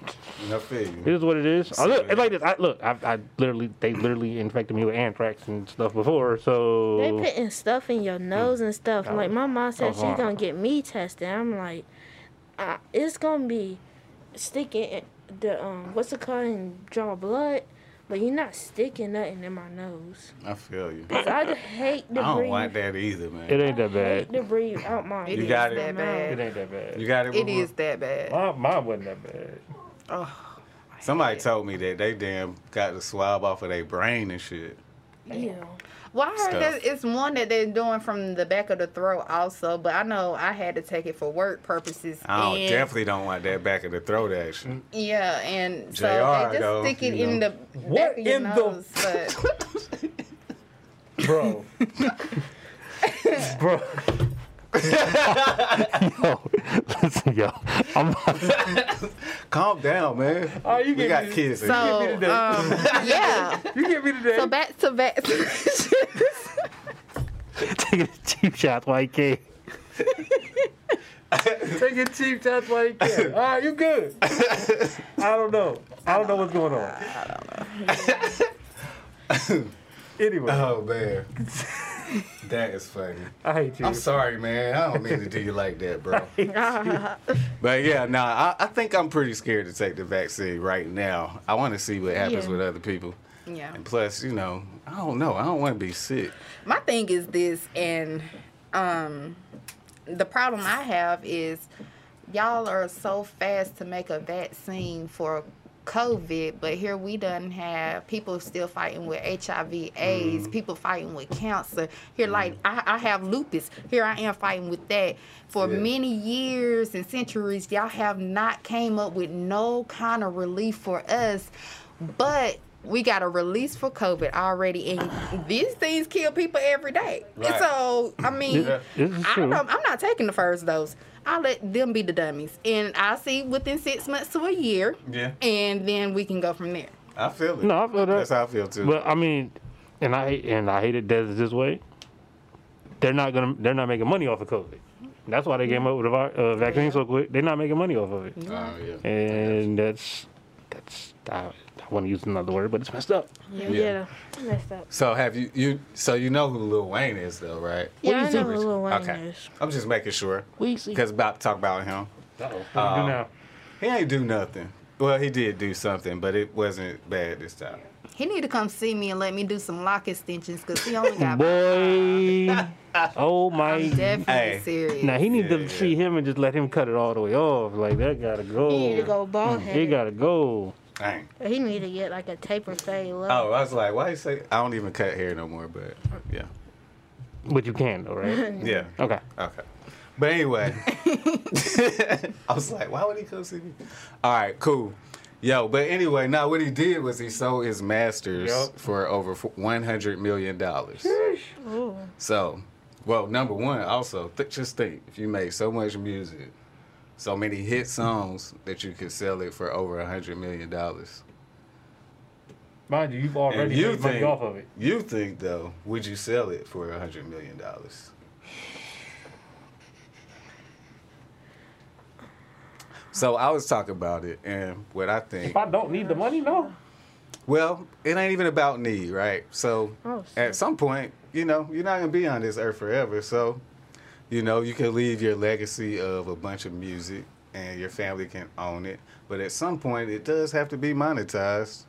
S1: I feel you.
S2: It is what it is. I look, it's like this. I, look, I, I literally, they literally infected me with anthrax and stuff before. So
S3: They putting stuff in
S1: hmm.
S3: your nose and stuff.
S2: Oh.
S3: Like my mom said, she's
S1: Uh-huh.
S2: Oh, wow.
S3: gonna get me tested. I'm like, uh, it's gonna be sticking in the um what's it called and draw blood, but you're not sticking nothing in my nose.
S1: I feel you.
S3: 'Cause I just hate to
S1: I don't
S3: breathe.
S1: want that either,
S2: it
S1: man.
S2: ain't that
S3: hate
S2: bad.
S3: to breathe out my.
S4: It
S1: You
S4: is
S1: got it.
S4: that
S2: It
S4: bad.
S2: ain't that bad.
S1: You got it.
S4: It
S1: Boo-Boo?
S4: is that bad.
S2: Mine, mine wasn't that bad.
S4: Oh,
S1: Somebody told me that they damn got the swab off of their brain and shit.
S3: Yeah.
S4: well, I
S1: Stuff.
S4: heard that it's one that they're doing from the back of the throat also, but I know I had to take it for work purposes.
S1: I don't,
S4: and-
S1: definitely don't want that back of the throat action.
S4: Yeah, and so
S1: JR
S4: they just
S1: though,
S4: stick it
S1: you
S4: in
S1: know.
S4: the back of your
S2: in the-
S4: nose. But
S2: Bro. Bro. yo, listen, yo. I'm
S1: Calm down, man.
S2: Oh, you
S1: we
S2: get
S1: got
S2: me.
S1: kids. in here.
S4: so
S2: me
S4: um,
S2: today.
S4: yeah.
S2: you get me today.
S4: So back to back.
S2: Taking a cheap shots while you can. Taking cheap shots while you can. All right, you good. I don't know. I don't know what's going on. I don't know. anyway,
S1: Oh man, that is funny.
S2: I hate you.
S1: I'm sorry, man. I don't mean to do you like that, bro. But yeah, nah, I, I think I'm pretty scared to take the vaccine right now. I want to see what happens
S3: Yeah.
S1: with other people,
S4: yeah.
S1: and plus, you know, I don't know. I don't want to be sick.
S4: my thing is this and um the problem i have is y'all are so fast to make a vaccine for covid but here we done have people still fighting with hiv aids people fighting with cancer here like I, I have lupus here i am fighting with that for
S1: Yeah.
S4: many years and centuries y'all have not came up with no kind of relief for us but we got a release for COVID already, and these things kill people every day.
S1: Right.
S4: So I mean,
S1: Yeah.
S2: This is
S4: I
S2: true.
S4: don't, I'm not taking the first dose. I let them be the dummies, and I see within six months to a year,
S1: Yeah.
S4: and then we can go from there.
S1: I feel it.
S2: No, I feel that.
S1: That's how I feel too.
S2: But I mean, and I hate and I hate it that it's this way. They're not gonna. They're not making money off of COVID. That's why they came up with a vi- uh, vaccine so quick. They're not making money off of it,
S1: Oh, yeah.
S2: and that's that's. I, I want to use another word, but it's messed up.
S3: Yeah.
S1: Yeah.
S3: Messed up.
S1: So have you you so you know who Lil Wayne is though, right?
S3: Yeah,
S2: do you
S3: I know
S2: think,
S3: who
S2: Rachel?
S3: Lil Wayne
S1: Okay.
S3: is.
S1: I'm just making sure
S2: Weezy.
S1: because about to talk about him.
S2: Uh-oh. What do we do
S1: Uh,
S2: now?
S1: He ain't do nothing. Well, he did do something, but it wasn't bad this time.
S4: He need to come see me and let me do some lock extensions because he only got.
S2: Boy, oh
S4: I'm
S2: my!
S4: definitely
S1: Hey.
S4: serious.
S2: Now he need
S1: Yeah,
S2: to
S1: yeah.
S2: see him and just let him cut it all the way off. Like that gotta go.
S3: He need to go bald
S1: Mm,
S2: He
S3: headed.
S2: gotta go.
S1: Dang.
S3: He need to get like a taper fade look.
S1: Oh, I was like, why you say I don't even cut hair no more? But yeah,
S2: But you can though, right?
S1: yeah,
S2: Okay.
S1: okay. But anyway, I was like, why would he come see me? All right, cool. Yo, but anyway, now what he did was he sold his masters
S2: Yup.
S1: for over f- one hundred million dollars.
S3: Ooh.
S1: So, well, number one, also th- just think if you made so much music, so many hit songs that you could sell it for over a hundred million dollars.
S2: Mind you,
S1: And
S2: you've already
S1: you
S2: made money
S1: think
S2: off of it.
S1: you think though, would you sell it for a hundred million dollars? So I was talking about it, and what I think.
S2: If I don't need the money, no.
S1: Well, it ain't even about need, right? So
S3: Oh,
S1: at some point, you know, you're not gonna be on this earth forever. So, you know, you can leave your legacy of a bunch of music and your family can own it. But at some point it does have to be monetized.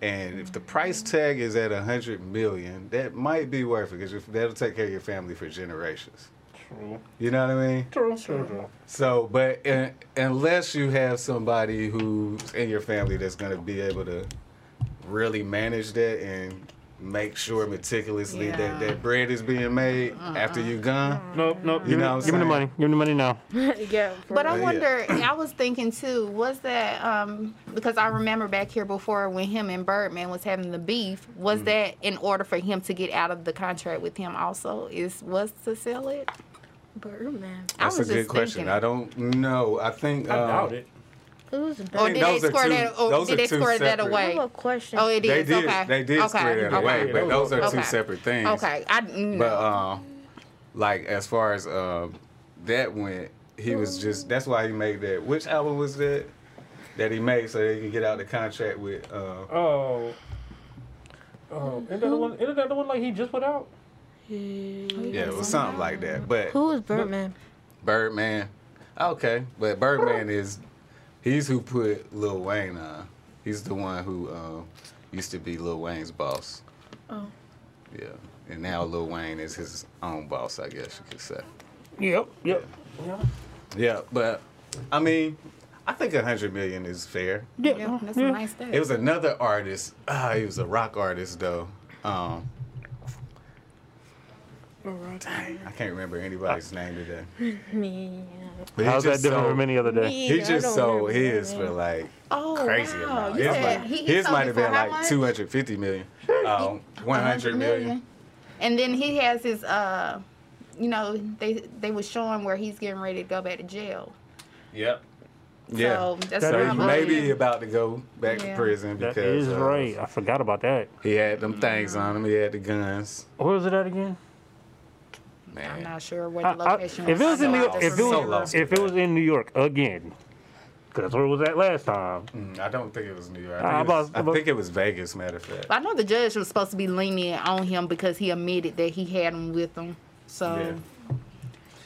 S1: And if the price tag is at a hundred million, that might be worth it because that'll take care of your family for generations.
S2: True.
S1: You know what I mean?
S2: True. True. True.
S1: So, but uh, unless you have somebody who's in your family that's going to be able to really manage that and make sure meticulously that
S4: Yeah. Uh-uh.
S1: that bread is being made after you're gone.
S2: Nope. Nope.
S1: You
S2: Give, me,
S1: know what I'm
S2: give me the
S1: saying?
S2: money. Give me the money now.
S3: yeah. for
S4: But
S3: real.
S4: I
S1: Yeah.
S4: wonder, I was thinking too, was that um, because I remember back here before when him and Birdman was having the beef, was
S1: Mm.
S4: that in order for him to get out of the contract with him also is was to sell it?
S3: Birdman.
S1: That's
S4: I
S1: a
S4: was
S1: good
S4: just
S1: question.
S4: thinking.
S1: I don't know. I think
S2: I
S1: uh,
S2: doubt it.
S3: Who's
S4: Or
S1: think
S4: did
S3: Birdman?
S4: they
S1: those are
S4: square
S1: two-
S4: that?
S1: those
S4: Or
S1: are
S4: did they
S1: two
S4: square that
S1: separate-
S3: I have
S4: away?
S3: a question.
S4: Oh, it is.
S1: they did.
S4: okay.
S1: They did
S4: okay.
S1: square that
S4: okay.
S1: away, but those are two
S4: Okay.
S1: separate things.
S4: Okay. I mm,
S1: But um, like as far as um that went, he was
S3: Mm-hmm.
S1: just that's why he made that. Which album was that that he made so they can get out the contract with? Uh,
S2: Oh. Oh, isn't that, the one, isn't that the one like he just put out?
S1: yeah, it was something like that. But
S3: Who is Birdman?
S1: Birdman, okay, but Birdman is he's who put Lil Wayne on. He's the one who um, used to be Lil Wayne's boss.
S3: Oh.
S1: Yeah, and now Lil Wayne is his own boss, I guess you could say.
S2: Yep. Yep. Yeah.
S1: Yeah, but I mean, I think a hundred million is fair.
S2: Yeah.
S4: yeah, that's a nice thing.
S1: It was another artist. Ah, he was a rock artist though. Um, dang, I can't remember anybody's name today.
S3: Me.
S1: But he
S2: Uh, How's that
S1: just
S2: different
S1: sold-
S2: from any other day?
S3: Me.
S1: He
S3: I
S1: just
S3: don't
S1: sold
S3: remember
S1: his
S3: that
S1: for
S3: name.
S1: like
S4: oh,
S1: crazy
S4: wow.
S1: amount.
S4: You
S1: His,
S4: said
S1: might,
S4: he, he
S1: his
S4: sold
S1: might
S4: it
S1: have
S4: for
S1: been
S4: how
S1: like
S4: much?
S1: 250 million. Um, 100 million.
S4: And then he has his uh you know, they they was showing where he's getting ready to go back to jail.
S1: Yep. Yeah.
S4: So that's
S2: That
S1: So
S4: what
S2: is
S1: he
S4: I'm
S1: may
S4: wondering.
S1: be about to go back to
S4: Yeah.
S1: prison
S2: That
S1: because
S2: is
S1: uh,
S2: right. I forgot about that.
S1: he had them
S4: Mm-hmm.
S1: things on him. He had the guns.
S2: Where was it at again?
S4: I'm
S1: Man,
S4: not sure
S2: I-
S4: where the
S2: I-
S4: location
S2: if it was in
S4: I
S2: New York,
S4: just
S2: if it
S1: So
S4: remember-
S1: lost.
S2: was, if it was in New York again, because that's where it was at last time.
S1: Mm, I don't think it was New York.
S2: Ah,
S1: I think, it was,
S2: about-
S1: I
S2: about-
S1: think it was Vegas, matter of fact.
S4: I know the judge was supposed to be lenient on him because he admitted that he had him with him. So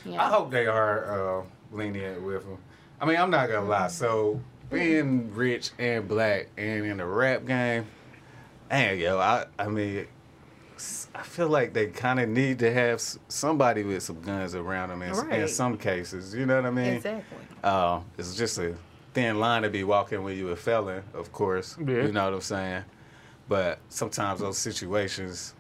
S4: yeah.
S1: Um, I hope they are uh, lenient with him. I mean, I'm not gonna lie. So being rich and black and in the rap game, and yo, I I mean, s- I feel like they kind of need to have s- somebody with some guns around them in, s- in
S4: Right.
S1: some cases. You know what I mean?
S4: Exactly.
S1: Uh, it's just a thin line to be walking when you a felon, of course.
S2: Yeah.
S1: You know what I'm saying? But sometimes those situations,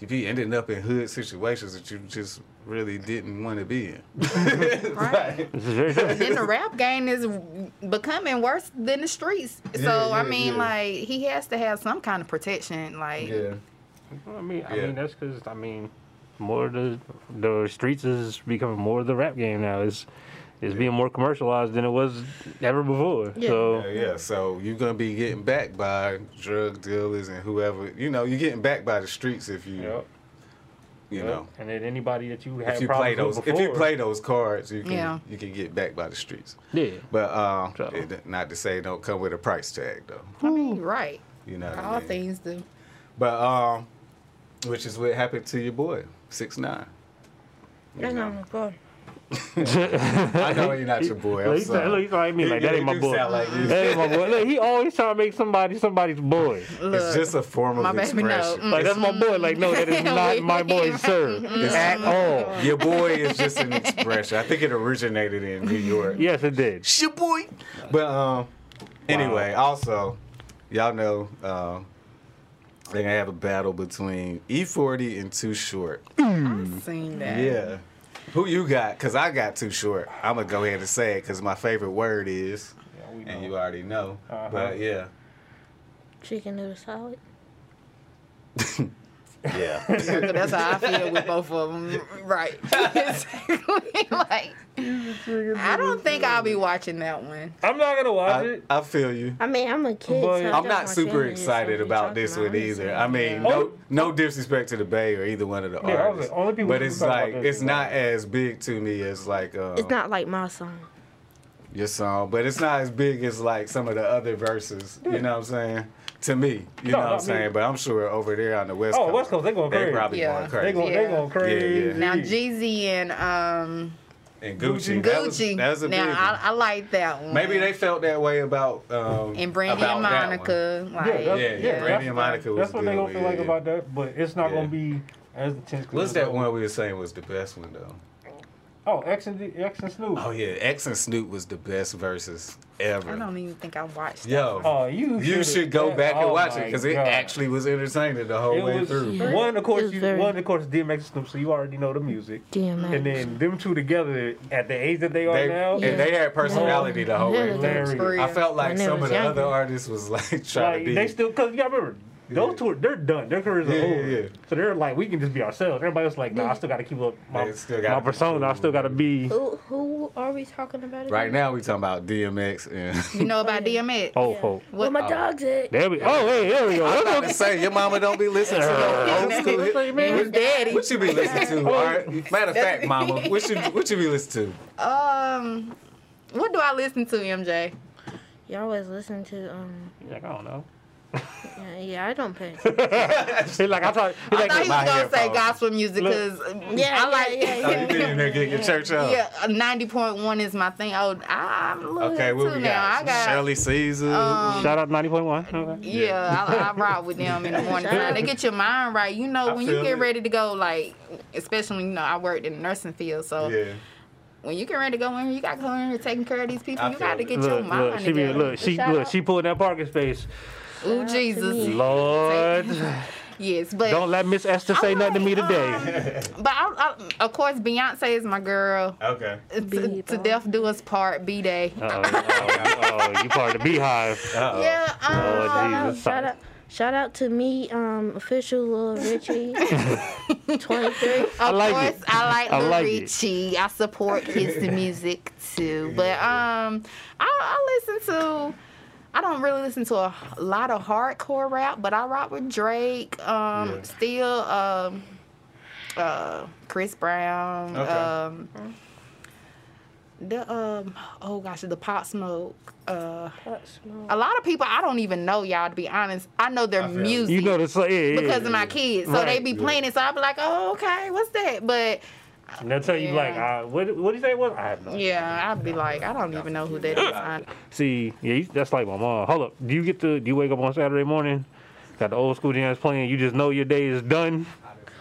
S1: you be ending up in hood situations that you just really didn't want to be in.
S4: Right.
S2: This is very true.
S4: then the rap game is becoming worse than the streets. So
S1: Yeah,
S4: I
S1: yeah,
S4: mean,
S1: yeah.
S4: like he has to have some kind of protection. Like
S2: Well, I mean, I
S1: Yeah.
S2: mean that's because I mean, more of the the streets is becoming more of the rap game now. It's it's being more commercialized than it was ever before.
S3: Yeah.
S2: So
S1: Yeah, yeah. So you're gonna be getting backed by drug dealers and whoever. You know, you're getting backed by the streets if you,
S2: Yep,
S1: you
S2: yep.
S1: know,
S2: and then anybody that you had
S1: if you play
S2: problems
S1: those,
S2: with
S1: if
S2: before,
S1: you play those cards, you can
S4: Yeah.
S1: you can get backed by the streets.
S2: yeah,
S1: But um,
S2: So-
S1: it- not to say it don't come with a price tag though.
S4: I mean, right?
S1: You know, what I
S4: All
S1: mean?
S4: things do.
S1: But um, which is what happened to your boy six nine.
S3: That's not my car.
S1: I know you're not your boy.
S2: Look,
S1: I'm
S2: he sound-
S1: sorry.
S2: look, he sound like me,
S1: He-
S2: like, that
S1: he
S2: ain't my
S1: do
S2: boy.
S1: sound like you.
S2: That ain't my boy. Look, he always trying to make somebody somebody's boy.
S1: It's
S4: Look,
S1: just a form
S4: my
S1: of
S4: baby, no. mm.
S1: expression.
S2: Like that's my boy. Like no, that is not my boy, sir, at all.
S1: Your boy is just an expression. I think it originated in New York.
S2: Yes, it did.
S1: It's your boy. But um, anyway, also, y'all know um, they're gonna have a battle between E40 and Too Short.
S4: I've seen that.
S1: Mm-hmm. Yeah. Who you got? Cause I got Too Short. I'm gonna go ahead and say it, cause my favorite word is, and you already know.
S2: Uh-huh.
S1: But yeah,
S3: Chicken noodle salad.
S1: yeah.
S4: But that's how I feel with both of them. Right. Exactly. like, I don't think I'll be watching that one.
S2: I'm not gonna watch
S1: I,
S2: it.
S1: I feel you.
S3: I mean, I'm a kid.
S2: But-
S3: so
S2: I'm
S1: I'm
S3: that's
S1: not
S3: my
S1: super
S3: family, so
S1: excited
S3: we
S1: about
S3: talking
S1: this
S3: about
S1: one
S3: it, so-
S1: either. I mean,
S3: Yeah.
S1: no, no disrespect to the Bay or either one of the
S2: Yeah, I was like,
S1: artists,
S2: only people
S1: but
S2: who
S1: it's
S2: talk about
S1: like
S2: this
S1: it's
S2: is
S1: not
S2: like-
S1: as big to me as like uh,
S3: It's not like my song.
S1: your song, but it's not as big as like some of the other verses. You know what I'm saying? To me, you
S2: No,
S1: know what I'm
S2: not me.
S1: saying. But I'm sure over there on the West
S2: Oh,
S1: Coast,
S2: West Coast, they going crazy.
S1: probably
S4: Yeah.
S1: going
S4: They
S1: crazy.
S2: They going they
S4: Yeah.
S2: going crazy.
S1: Yeah.
S4: Now, Jeezy and um,
S1: and Gucci,
S4: Gucci.
S1: that was, that was a
S4: now,
S1: big one.
S4: I, I like that one.
S1: Maybe they felt that way about um,
S4: And Brandy
S1: about
S4: and
S1: that one.
S4: Monica. Like,
S2: Yeah, that's,
S1: Yeah,
S2: yeah,
S1: yeah, Brandy
S2: that's-
S1: and Monica was
S2: That's what they
S1: good
S2: gonna
S1: with,
S2: feel like
S1: yeah.
S2: about that, but it's not
S1: Yeah.
S2: gonna be as intense. 'cause
S1: What's
S2: it's
S1: that
S2: like-
S1: one we were saying was the best one though?
S2: Oh, X and D, X and Snoop.
S1: Oh
S2: Oh,
S1: yeah, X and Snoop was the best verses ever.
S4: I don't even think I watched
S1: Yo,
S2: Oh, you
S1: you
S2: should've-
S1: should go
S2: that-
S1: back and
S2: oh
S1: watch it
S2: my
S1: because it
S2: God.
S1: actually was entertaining the whole
S2: It
S1: way
S2: was
S1: through.
S2: one of course
S3: It was
S2: you,
S3: very-
S2: one of course DMX and Snoop, so you already know the music.
S3: DMX.
S2: And then them two together at the age that they are
S1: They,
S2: now,
S1: And they had personality the whole way
S3: Yeah.
S1: through.
S2: hilarious.
S4: Hilarious.
S1: I felt like
S3: When they
S1: some of
S3: was
S1: the other
S3: younger.
S1: artists was like trying
S2: Like
S1: to be.
S2: they still, cause you gotta remember, those two, are- they're done. Their careers are
S1: Yeah, yeah,
S2: over.
S1: yeah.
S2: So they're like, we can just be ourselves. Everybody else like, nah, I still gotta keep up my,
S1: They still
S2: my
S1: gotta be
S2: persona. I
S1: cool.
S2: still gotta be.
S3: Who, who are we talking about?
S1: right
S3: again?
S1: now we talking about DMX
S4: that.
S1: and.
S4: You know about DMX?
S2: Oh, folk.
S3: Where my dog's at?
S2: There we. Oh, hey, there we go.
S1: I'm
S2: That's
S1: about
S2: what-
S1: to say your mama don't be listening to no old school.
S2: That's what you
S1: hip-
S2: mean.
S4: And his daddy.
S1: What you be listening to? All right? Matter of fact, mama, what you what you be listening
S4: Um, what do I listen to, MJ?
S3: Y'all always listen to um.
S2: Like, I don't know.
S3: Yeah, yeah I don't pay.
S1: to?
S2: He's like, I thought. He's
S4: I
S2: like,
S4: thought he
S1: my
S4: was gonna say
S1: headphones.
S4: gospel music
S2: Look.
S4: because
S3: Yeah,
S4: I like
S3: yeah, yeah,
S1: oh, you been in there getting your church on.
S4: Yeah, ninety point one is my thing. Oh, I, I'm a little
S1: Okay,
S4: okay,
S1: what
S4: too
S1: we
S4: now.
S1: got?
S4: I got
S1: Shirley Caesar.
S4: Um,
S2: shout out ninety point one. Okay.
S4: yeah. I, I ride with them in the morning time. They get your mind right. You know,
S1: I
S4: when you
S1: feel
S4: get
S1: it.
S4: ready to go, like especially when, you know I worked in the nursing field, so
S1: yeah.
S4: when you get ready to go in, you got to go in here taking care of these people.
S1: I
S4: you
S1: feel
S4: got to
S1: it.
S4: get your
S2: Look,
S4: mind
S2: look, she be,
S4: together.
S2: look, she,
S3: Shout
S2: look,
S3: out.
S2: she pulled in that parking space.
S4: Ooh, Jesus.
S3: me.
S2: Lord,
S4: Yes, but
S2: don't let Miss Esther say nothing to me today.
S4: but I, I, of course Beyonce is my girl.
S1: Okay.
S4: To, to
S3: Bieber.
S4: death do us part, B day.
S2: Uh-oh, oh, oh, you part of the beehive.
S1: Uh-oh.
S4: Yeah,
S2: Lord
S4: um,
S3: Oh,
S2: Jesus.
S3: shout out, shout out to me, um, official Lil Richie, 23.
S4: Of
S2: I like
S4: course,
S2: it.
S4: I like
S2: I
S4: Lil
S2: like it.
S4: Richie. I support his music too. But um, I, I listen to. I don't really listen to a lot of hardcore rap, but I rock with Drake. Um,
S1: Yeah.
S4: still um, uh, Chris Brown.
S1: Okay.
S4: Um, the um, oh gosh, the Pop Smoke. Uh, a lot of people I don't even know y'all. To be honest, I know their
S1: I feel you.
S4: music
S2: You know the song, yeah, yeah,
S4: because
S2: yeah.
S4: of my kids. So they
S2: Right.
S4: be playing it. So I be like, oh, okay, what's that? But
S2: And they'll tell you
S4: Yeah.
S2: like, I, what, what do you say it was? I have no. idea.
S4: yeah, I'd be like, I don't even know who that is. I-
S2: See, yeah, you, that's like my mom. Hold up, do you get to? Do you wake up on Saturday morning? 'Cause Got the old school jams playing. You just know your day is done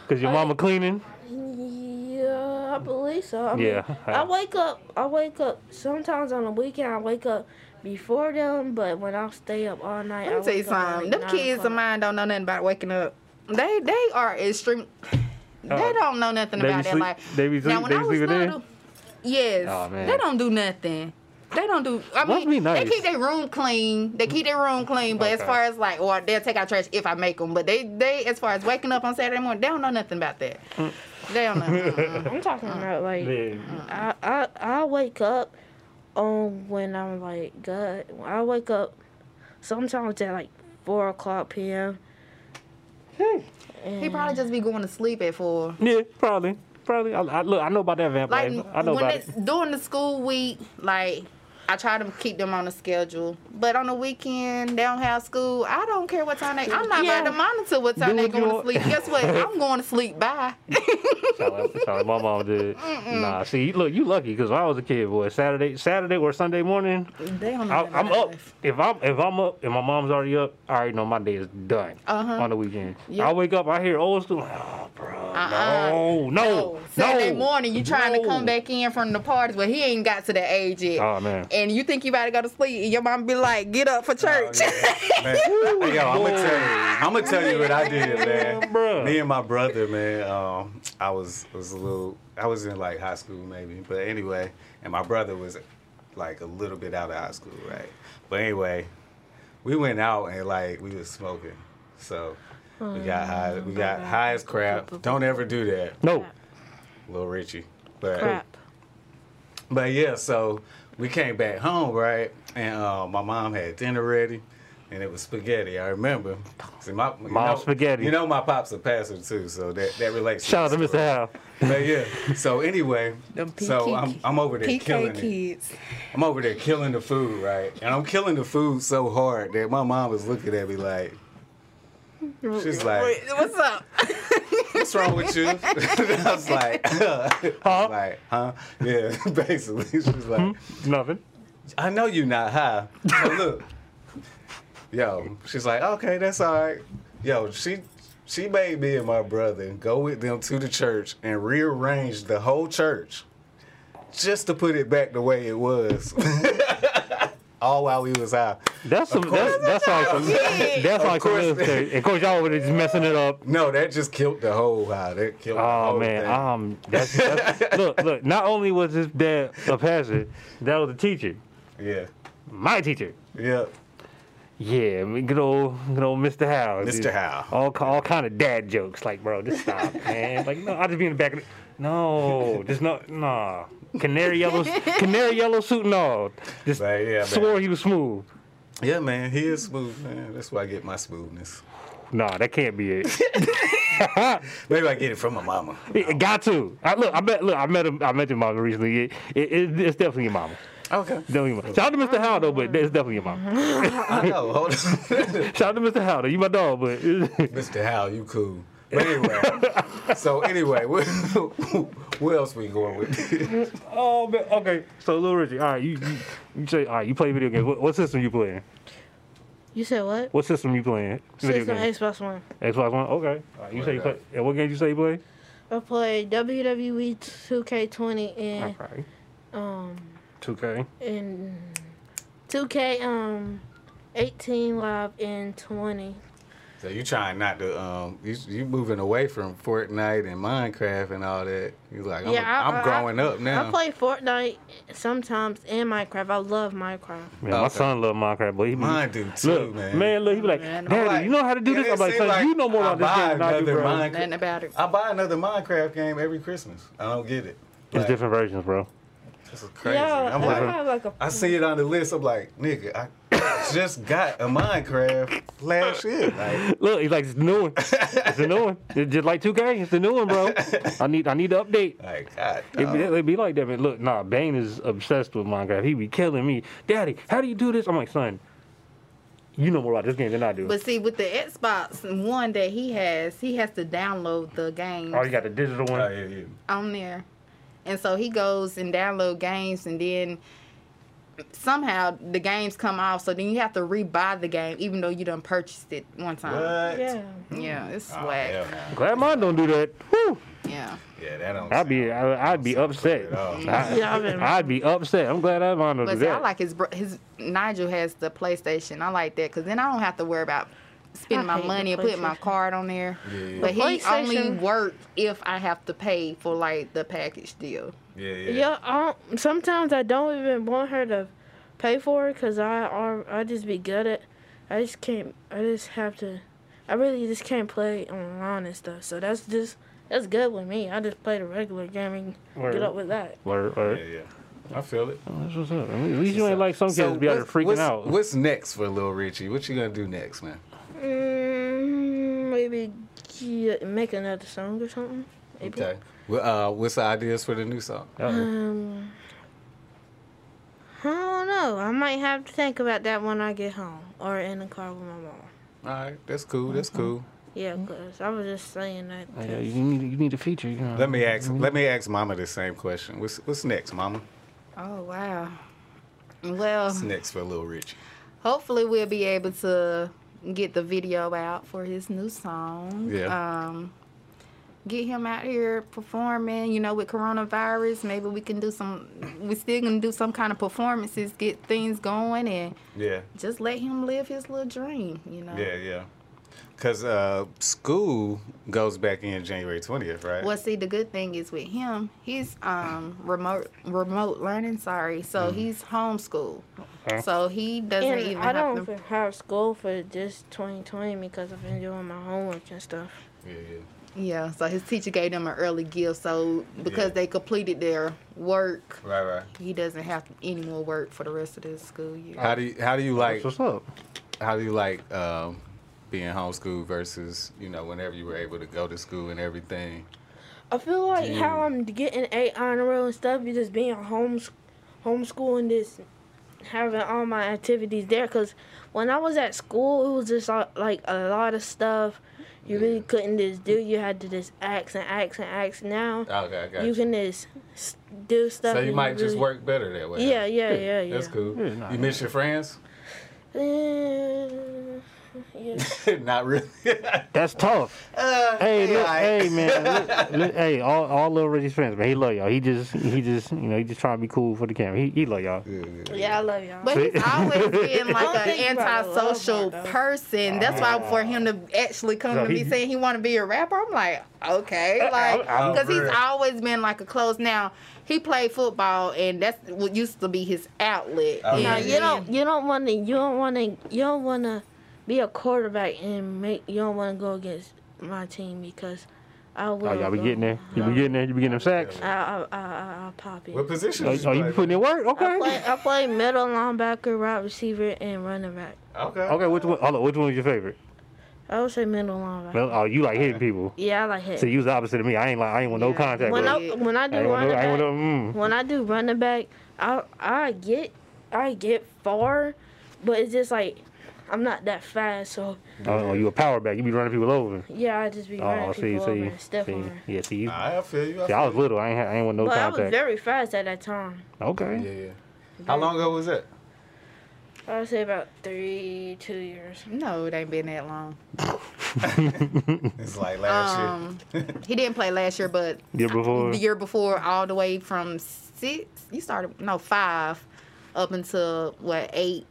S2: because
S4: Oh,
S2: your
S3: I-
S2: mama cleaning.
S3: Yeah, I believe so. I mean,
S2: Yeah.
S3: I wake up. I wake up sometimes on the weekend. I wake up before them, but when I stay up all night,
S4: Let
S3: I
S4: me tell you
S3: wake up around, like,
S4: something. Them
S3: nine
S4: kids of
S3: o'clock.
S4: mine don't know nothing about waking up. They they are extreme.
S2: Oh.
S4: They don't know nothing
S2: They be
S4: about that.
S2: sleep-
S4: Like
S2: they be sleep- they be sleeping in?
S4: yes,
S2: Oh, man.
S4: they don't do nothing. They don't do. I
S2: Must
S4: mean,
S2: be nice.
S4: they keep their room clean. They keep their room clean. But as
S2: Okay.
S4: far as like, or they'll take out trash if I make them. But they they as far as waking up on Saturday morning, they don't know nothing about that.
S2: Mm.
S4: they don't know.
S3: I'm talking about like
S2: Yeah.
S3: I I I wake up um when I'm like good. I wake up sometimes at like four o'clock p.m.
S2: Mm.
S4: he probably just be going to sleep at four.
S2: Yeah, probably. Probably. I, I, look, I know about that vamp
S4: like
S2: life. I know
S4: when
S2: about
S4: it's during the school week, like I try to keep them on a schedule. But on the weekend, they don't have school. I don't care what time they. I'm not
S3: Yeah.
S4: about to monitor what time
S2: Do
S4: they
S2: what you
S4: going to
S2: want.
S4: sleep. Guess what? I'm going to sleep. Bye.
S2: it. Sound like- sound like my mom did. Nah, see, look, you lucky because when I was a kid, boy, Saturday, Saturday or Sunday morning,
S4: they don't.
S2: I, I'm up. If I'm if I'm up and my mom's already up, I already know my day is done
S4: Uh-huh.
S2: on the weekend.
S4: Yeah.
S2: I wake up, I hear old school. Like, oh, bro,
S4: Uh-uh.
S2: no, no,
S4: Saturday
S2: no,
S4: morning, you trying to
S2: no."
S4: come back in from the parties, but he ain't got to that age yet.
S2: Oh man. Oh,
S4: and you think you about to go to sleep, and your mom be like, "Get up for church."
S1: Oh, Man, hey, yo, I'm gonna tell you. I'm gonna tell you what I did, man.
S2: Bruh.
S1: Me and my brother, man. Um, I was was a little. I was in like high school maybe, but anyway, and my brother was like a little bit out of high school, right? But anyway, we went out and like we was smoking, so we got high. We got high as crap. Don't ever do that,
S2: No.
S1: little Richie. But
S3: Crap.
S1: but yeah, so we came back home, right? And uh, my mom had dinner ready, and it was spaghetti. I remember. See, my you
S2: Mom spaghetti.
S1: You know, my pops a pastor too, so that that relates.
S2: Shout out
S1: the
S2: to Mr.
S1: story.
S2: Hal.
S1: But yeah, so anyway,
S4: Them
S1: so
S4: PK
S1: I'm I'm over there killing
S4: PK
S1: it.
S4: kids.
S1: I'm over there killing the food, right? And I'm killing the food so hard that my mom was looking at me like, she's like,
S4: Wait, what's up?
S1: what's wrong with you? I was like, huh? like, huh? Yeah, basically, she was like.
S2: Hmm? Nothing.
S1: I know you not high. So look, yo, she's like, okay, that's all right. Yo, she she made me and my brother go with them to the church and rearrange the whole church just to put it back the way it was. all while we was high.
S2: That's some, that's that's like some,
S4: Yeah.
S2: that's
S1: Of
S2: like some
S1: course.
S2: real estate. Of course, y'all over there just messing it up.
S1: No, that just killed the whole high. That killed the
S2: Oh
S1: whole
S2: man,
S1: thing.
S2: um, that's, that's, look, look. Not only was this dad a pastor, that was a teacher,
S1: Yeah.
S2: my teacher.
S1: Yeah.
S2: Yeah, I mean, good old, good old Mr. Howe.
S1: Mr.
S2: Just
S1: Howe.
S2: All, ki- all kind of dad jokes, like, bro, just stop, man. Like, no, I'll just be in the back of the, no, just no, nah. Canary yellow, canary yellow suit and all. Just
S1: Right, yeah, man.
S2: swore he was smooth.
S1: Yeah, man. He is smooth, man. That's where I get my smoothness.
S2: Nah, that can't be it.
S1: Maybe I get it from my mama.
S2: it, it got to. I, look, I met, look, I met him. I met your mama recently. It, it, it, it's definitely your mama.
S1: Okay.
S2: Definitely your mama. Shout out to Mr. Howe though, but it's definitely your mama.
S1: I know. Hold on.
S2: Shout out to Mr. Howe though. You my dog, but
S1: Mr. Howe, you cool. But anyway, so anyway, what, what else we going with?
S2: oh, man, okay. So, Lil Richie, all right, you, you, you say, all right, you play video games. What, what system you playing?
S3: You said what?
S2: What system you playing?
S3: Six on
S2: games.
S3: Xbox One.
S2: Xbox One. Okay. you say you play. And what games you say you play?
S3: I play E WWE 2K20 and
S2: Okay.
S3: um
S2: Two K.
S3: and 2K um 18 live and 20.
S1: so you trying not to um you you moving away from Fortnite and Minecraft and all that. You like I'm,
S3: Yeah, I-
S1: am
S3: I-
S1: growing up now.
S3: I play Fortnite sometimes and Minecraft. I love Minecraft.
S2: Man, my
S1: Okay.
S2: son love Minecraft, but he be-
S1: Mine do too,
S2: look,
S1: man.
S2: look, he be like,
S4: Man, I'm
S2: Daddy,
S1: like-
S2: you know how to do
S1: it
S2: this? I'm like,
S1: seem
S2: son,
S1: like
S2: you know more
S1: I
S2: about this game
S1: buy
S2: than I do,
S1: another
S2: bro.
S1: Minecraft.
S4: Nothing about it.
S1: I buy another Minecraft game every Christmas. I don't get it.
S2: It's
S1: Like,
S2: different versions, bro.
S1: This is crazy.
S3: Yeah,
S1: I'm
S3: I
S1: like,
S3: have like a
S1: I see it on the list. I'm like, nigga, I just got a Minecraft last year. Like,
S2: Look, he's like, it's the new one. It's the new one. It's just like 2K. It's the new one, bro. I need, I need to update.
S1: like God.
S2: It be,
S1: dog.
S2: it be like that, but look, nah, Bane is obsessed with Minecraft. He be killing me. Daddy, how do you do this? I'm like, son, you know more about this game than I do.
S4: But see, with the Xbox One that he has, he has to download the game
S2: oh, you got the digital one?
S1: Oh, yeah, yeah.
S4: on there, and so he goes and download games, and then somehow the games come off, so then you have to rebuy the game, even though you done purchased it one time.
S1: What?
S3: Yeah.
S4: Yeah, it's
S1: Oh,
S4: whack.
S1: hell nah.
S2: Glad mine don't do that. Whew.
S4: Yeah.
S1: Yeah, that don't.
S2: I'd be I, I'd be upset.
S1: at all.
S3: Yeah, I've
S2: I,
S3: been-
S2: I'd be upset. I'm glad I mine don't do
S4: But see, I
S2: that.
S4: like his bro- his Nigel has the PlayStation. I like that because then I don't have to worry about spending
S3: I
S4: my
S3: hate
S4: money
S3: the
S4: and putting my
S3: PlayStation.
S4: card on there.
S1: Yeah.
S4: But he only
S3: PlayStation-
S4: work if I have to pay for like the package deal.
S1: Yeah, yeah.
S3: Yeah. I don't, sometimes I don't even want her to pay for it because I are I just be good at. I just can't. I just have to. I really just can't play online and stuff. So that's just that's good with me. I just play the regular gaming.
S2: Word.
S3: Get up with that.
S2: Word, word.
S1: Yeah, yeah. I feel it.
S2: That's what's up. At least you ain't like some kids be out there
S1: what's-
S2: freaking
S1: what's,
S2: out.
S1: What's next for Lil Richie? What you gonna do next, man?
S3: Mm, maybe get, make another song or something. Maybe.
S1: Okay. Well, uh, what's the ideas for the new song?
S2: Uh-oh.
S3: Um, I don't know. I might have to think about that when I get home or in the car with my mom.
S1: All right, that's cool.
S3: Mm-hmm.
S1: That's cool.
S3: Yeah, cause I was just saying that.
S2: Mm. Oh,
S3: 'cause-
S2: yeah, you need you need a feature. You know.
S1: Let me ask. Let me ask Mama the same question. What's What's next, Mama?
S4: Oh wow. Well,
S3: Um.
S1: What's next for Lil Richie?
S4: hopefully we'll be able to get the video out for his new song.
S1: Yeah.
S4: Um, get him out here performing. You know, with coronavirus, maybe we can do some. We're still gonna do some kind of performances, get things going, and
S1: Yeah,
S4: just let him live his little dream. You know.
S1: yeah, yeah. Cause uh, school goes back in January twentieth, right?
S4: Well, see, the good thing is with him, he's um remote remote learning. Sorry, so
S1: Mm-hmm.
S4: he's homeschool, so he doesn't
S3: And
S4: even
S3: I
S4: have
S3: don't
S4: to.
S3: even have school for just 2020 because I've been doing my homework and stuff.
S1: Yeah, yeah.
S4: Yeah, so his teacher gave them an early gift, so
S1: Yeah.
S4: because they completed their work,
S1: Right, right.
S4: he doesn't have any more work for the rest of this school year.
S1: How do you, How do you like?
S2: That's what's up.
S1: How do you like um, being homeschooled versus you know whenever you were able to go to school and everything?
S3: I feel like
S1: Do
S3: how
S1: you-
S3: I'm getting eight honor roll and stuff is just being home, homeschool and just having all my activities there. Cause when I was at school, it was just a- like a lot of stuff you really couldn't just do. You had to just ask and ask and ask. Now
S1: Okay, I got you.
S3: you can just s- do stuff.
S1: so you
S3: and
S1: might just
S3: really-
S1: work better that way.
S3: Yeah, yeah, yeah, yeah.
S1: That's cool.
S2: Yeah, nah,
S1: you miss your friends?
S3: Uh, yeah.
S1: Not really.
S2: That's tough.
S1: Uh,
S2: hey, look, hey, man, look, look, hey, all, all little Richie's friends, man, he love y'all. He just, he just, you know, he just trying to be cool for the camera. He, he love y'all.
S3: yeah, I love y'all.
S4: But he's always been
S3: Don't
S4: like
S3: think
S4: an
S3: about love,
S4: antisocial
S3: though.
S4: person. That's why for him to actually come
S2: No,
S4: to me
S2: he-
S4: saying he want to be a rapper, I'm like, okay, like
S2: I'm-
S4: because he's
S1: Right.
S4: always been like a close. Now he played football, and that's what used to be his outlet.
S1: Oh,
S4: And
S3: No,
S1: Yeah.
S3: you don't. You don't want to. You don't want to. You don't want to be a quarterback and make. You don't want to go against my team because I will.
S2: Oh, y'all be
S3: go-
S2: getting there. You be getting there. You be getting them sacks.
S3: I I I I I'll pop it.
S1: What position?
S2: Oh,
S1: did
S2: oh, you be
S1: play?
S2: putting in work?
S3: I play.
S2: Okay.
S3: I play middle linebacker, wide receiver, and running back.
S1: Okay.
S2: Okay, which one? Hold on, which one was your favorite?
S3: I would say middle linebacker.
S2: Well, oh, you like hitting people.
S3: Yeah, I like
S2: So
S3: him.
S2: you was the opposite of me. I ain't like, I ain't want no
S4: Yeah.
S2: contact.
S3: When
S2: with
S3: I
S2: it.
S3: when I
S2: I ain't
S3: do
S2: want
S3: running
S2: no, I ain't
S3: back,
S2: want no, mm.
S3: when I do running back, I I get I get far, but it's just like I'm not that fast, so
S2: Oh, you a power back. You be running people over.
S3: yeah, I just be running
S2: Oh, see,
S3: people over
S2: see,
S3: and step
S2: see.
S3: on. her.
S2: Yeah, see, you,
S1: Alright, I feel you. I
S2: see,
S1: feel
S2: I was
S1: you.
S2: little. I ain't, had- I ain't want no
S3: But I was
S2: contact.
S3: very fast at that time.
S2: okay.
S1: Yeah, yeah. How long ago was that?
S3: I would say about three, two years.
S4: No, it ain't been that long.
S1: It's like last
S4: Um,
S1: year.
S4: He didn't play last year, but
S2: Year before.
S4: the year before, all the way from six, you started no five, up until what eight.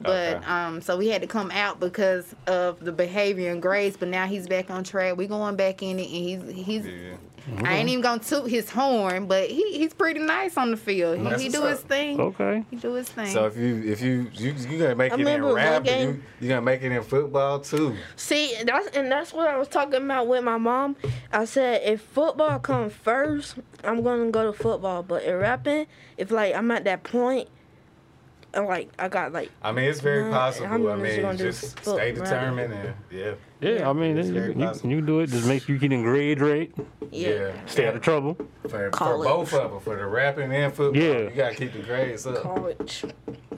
S4: But
S1: Okay.
S4: um, so we had to come out because of the behavior and grades. But now he's back on track. We going back in it, and he's he's.
S1: yeah, yeah.
S4: I ain't even gonna toot his horn, but he he's pretty nice on the field. He,
S1: That's
S4: he
S1: what's
S4: do his
S1: up.
S4: thing.
S2: Okay.
S4: He do his thing.
S1: So if you if you you you gonna make
S3: I
S1: it in
S3: remember one
S1: rap, and you
S3: game-
S1: you gonna make it in football too.
S3: See, that's and that's what I was talking about with my mom. I said if football comes first, I'm gonna go to football. But in rapping, if like I'm at that point, I'm like I got like
S1: I mean, it's very
S3: No,
S1: possible.
S3: I'm
S1: I
S3: just gonna
S1: mean,
S3: do
S1: just
S3: foot
S1: stay
S3: rap.
S1: determined and yeah,
S2: Yeah, I mean,
S1: It's
S2: you,
S1: very
S2: you,
S1: possible.
S2: you do it. Just make sure you keep in grade rate.
S1: yeah.
S3: yeah,
S2: Stay out of trouble.
S1: For, for
S3: College.
S1: both of them, for the rapping and football,
S2: Yeah.
S1: you gotta keep the grades up.
S3: college,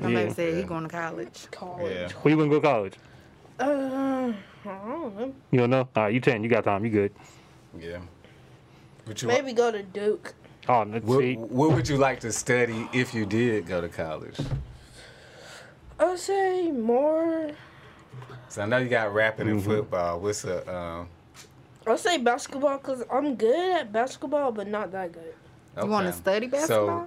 S4: My
S2: yeah.
S4: baby said he going to college.
S1: Yeah.
S3: college.
S2: Where you gonna go to college?
S3: Uh, I don't know.
S2: You don't know? All right, you ten. You got time. You good?
S1: Yeah. What you
S3: Maybe go to Duke.
S2: Oh, let's
S1: What,
S2: see.
S1: what would you like to study if you did go to college?
S3: I would say more.
S1: So I know you got rapping
S2: Mm-hmm.
S1: and football. What's a um,
S3: I would say basketball because I'm good at basketball, but not that good.
S1: okay.
S4: You want to study basketball?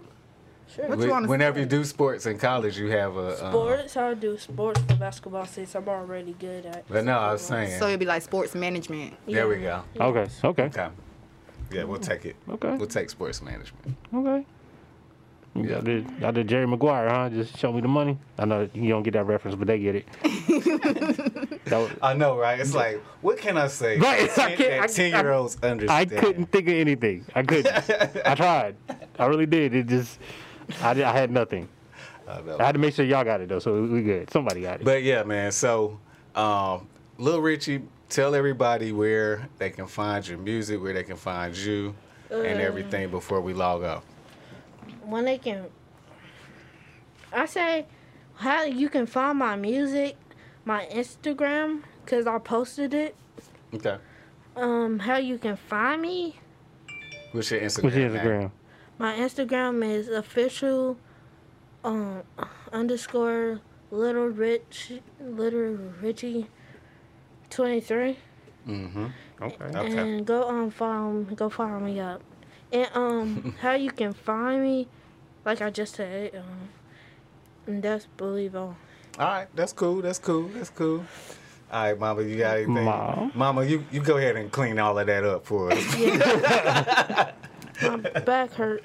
S3: Sure.
S4: What
S1: So,
S4: you
S1: whe-
S4: wanna
S1: whenever you do sports in college, you have a um,
S3: sports? I would do sports for basketball since I'm already good at.
S1: But no, I was
S3: basketball.
S1: saying.
S4: so it'd be like sports management.
S1: there we
S3: Yeah.
S1: go.
S2: Okay. Okay.
S1: Okay. Yeah, we'll take it.
S2: Okay.
S1: We'll take sports management.
S2: Okay. Yeah.
S1: Yeah.
S2: I did, I did Jerry Maguire, huh? Just show me the money. I know you don't get that reference, but they get it. that was,
S1: I know, right? It's like, what can I say?
S2: Right, I can't- I- I-
S1: That ten year olds
S2: I
S1: understand.
S2: couldn't think of anything. I couldn't. I tried. I really did. It just, I, did, I had nothing.
S1: I know.
S2: I had to make sure y'all got it though, so we good. Somebody got it.
S1: But yeah, man. So, um, Lil Richie, tell everybody where they can find your music, where they can find you, and everything before we log off.
S3: when they can i say how you can find my music my instagram because i posted it
S1: Okay.
S3: um how you can find me
S1: What's your Instagram?
S2: What's your
S1: name?
S2: Instagram?
S3: my instagram is official um underscore little rich little richie 23
S2: Okay.
S1: Okay.
S3: and go um follow go follow me up and um how you can find me like i just said um and that's believe all
S1: All right, that's cool. That's cool. That's cool. All right, Mama, you got anything?
S2: Mom?
S1: Mama, you, you go ahead and clean all of that up for us.
S3: back hurt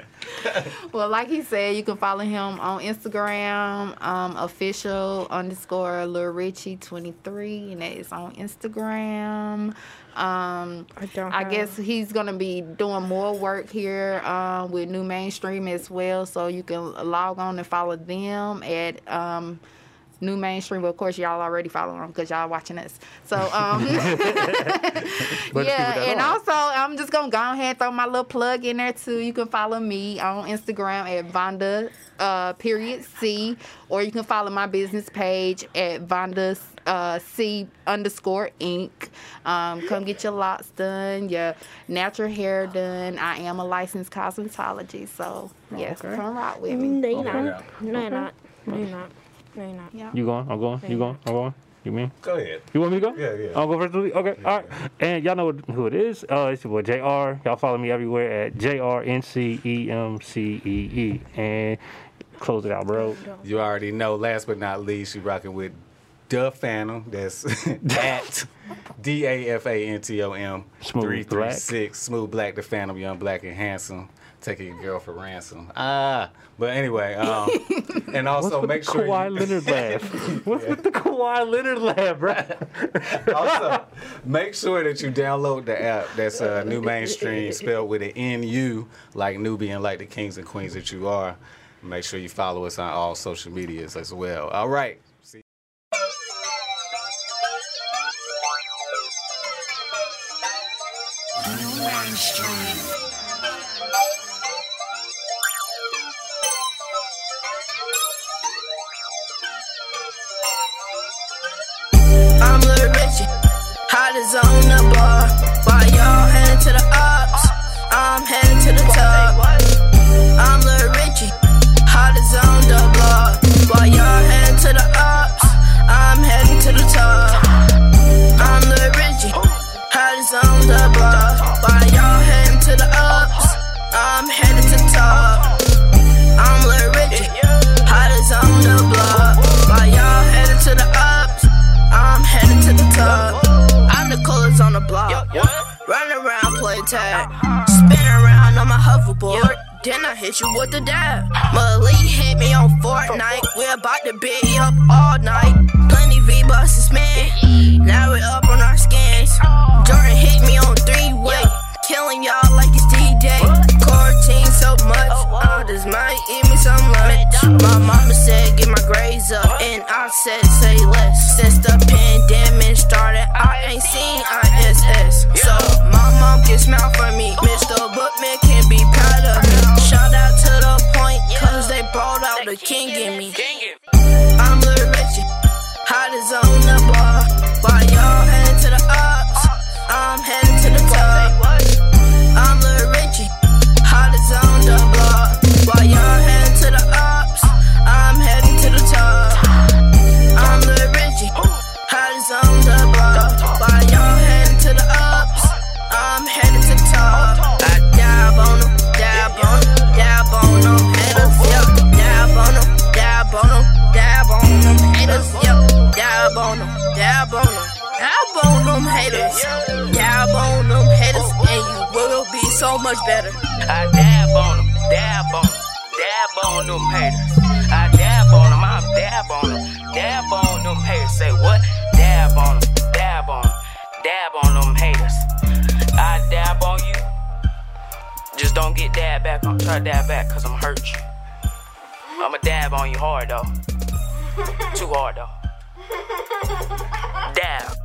S4: Well, like he said, you can follow him on Instagram, um, official underscore Lil Richie twenty three, and that is on Instagram. Um,
S3: I don't.
S4: I
S3: have-
S4: guess he's gonna be doing more work here um, with New Mainstream as well. So you can log on and follow them at um, New Mainstream. But of course, y'all already follow them because y'all watching us. So um,
S2: But the people
S4: yeah,
S2: that
S4: and
S2: aren't.
S4: also I'm just gonna go ahead and throw my little plug in there too. You can follow me on Instagram at Vonda uh, period C, or you can follow my business page at Vonda uh, C underscore Inc. Um, come get your locks done, your natural hair done. I am a licensed cosmetologist, so yes, come rock with me.
S3: They not.
S1: Yeah.
S3: They not. They not. They not.
S4: Yeah.
S2: You going? I'm going. You going? I'm going. You mean?
S1: go ahead.
S2: You want me to go?
S1: Yeah, yeah.
S2: I'll go first. Lee? Okay, all right. And y'all know who it is. Uh, it's your boy JR. Y'all follow me everywhere at E JRNCEMCEE. E. And close it out, bro.
S1: You already know. Last but not least, you rocking with Da Phantom. That's at D A F A N T O M
S2: Smooth
S1: three three
S2: Black.
S1: six. Smooth Black, the Phantom, young black and handsome. Taking your girl for ransom. Ah, but anyway, um, and
S2: What's
S1: also Oh,
S2: with
S1: make
S2: the
S1: sure
S2: Kawhi
S1: you,
S2: Leonard laugh? What's with the Kawhi Leonard laugh, bro?
S1: also, make sure that you download the app. That's uh, new mainstream, spelled with an N U, like Nubian, like the kings and queens that you are. Make sure you follow us on all social medias as well. All right. See
S5: I'm Lil Richie, hot as on the bar. While y'all heading to the ops, I'm heading to the top. I'm Lil Richie, hot as on the bar. While y'all heading to the ops, I'm heading to the top. I'm Lil Richie, hot as on the bar. While y'all heading to the ops, I'm headed to the top. I'm Lil Richie. Hot as on the block. While y'all headed to the ups, I'm headed to the top. I'm the coolest on the block. Run around, play tag. Spin around on my hoverboard. Then I hit you with the dab. Malik hit me on Fortnite. We about to be up all night. Plenty V-Bucks to spend. Now we up on our skins. Jordan hit me on three-way. Killing y'all like it's D-Day. Quarantine so much. Oh, this might eat me some lunch. My mama said get my grades up, and I said say less. Since the pandemic started, I ain't seen ISS. So my mom can smile for me. Mr. Bookman can be proud of me. Shout out to the point, cause they brought out the king in me. I'm Lil Richie, hot as on the bar. While y'all headed to the ops, I'm headed to the top. I'm Lil Richie. Hot as on the block. While y'all heading to the ops, I'm heading to the top. on them, dab on them, dab on them haters, yeah. Dab on them, dab on them, dab on them haters, yeah. Dab on them, dab on them, dab on them haters, dab on them haters, and you will be so much better.
S6: I dab on them, dab on them, dab on them haters. I dab on them, I dab on them, dab on them haters. Say what? Dab on them, dab on them, dab on them haters. I dab on you. Just don't get dab back. I'm try to dab back because I'm hurt you. I'ma dab on you hard though. Too hard though. Dab.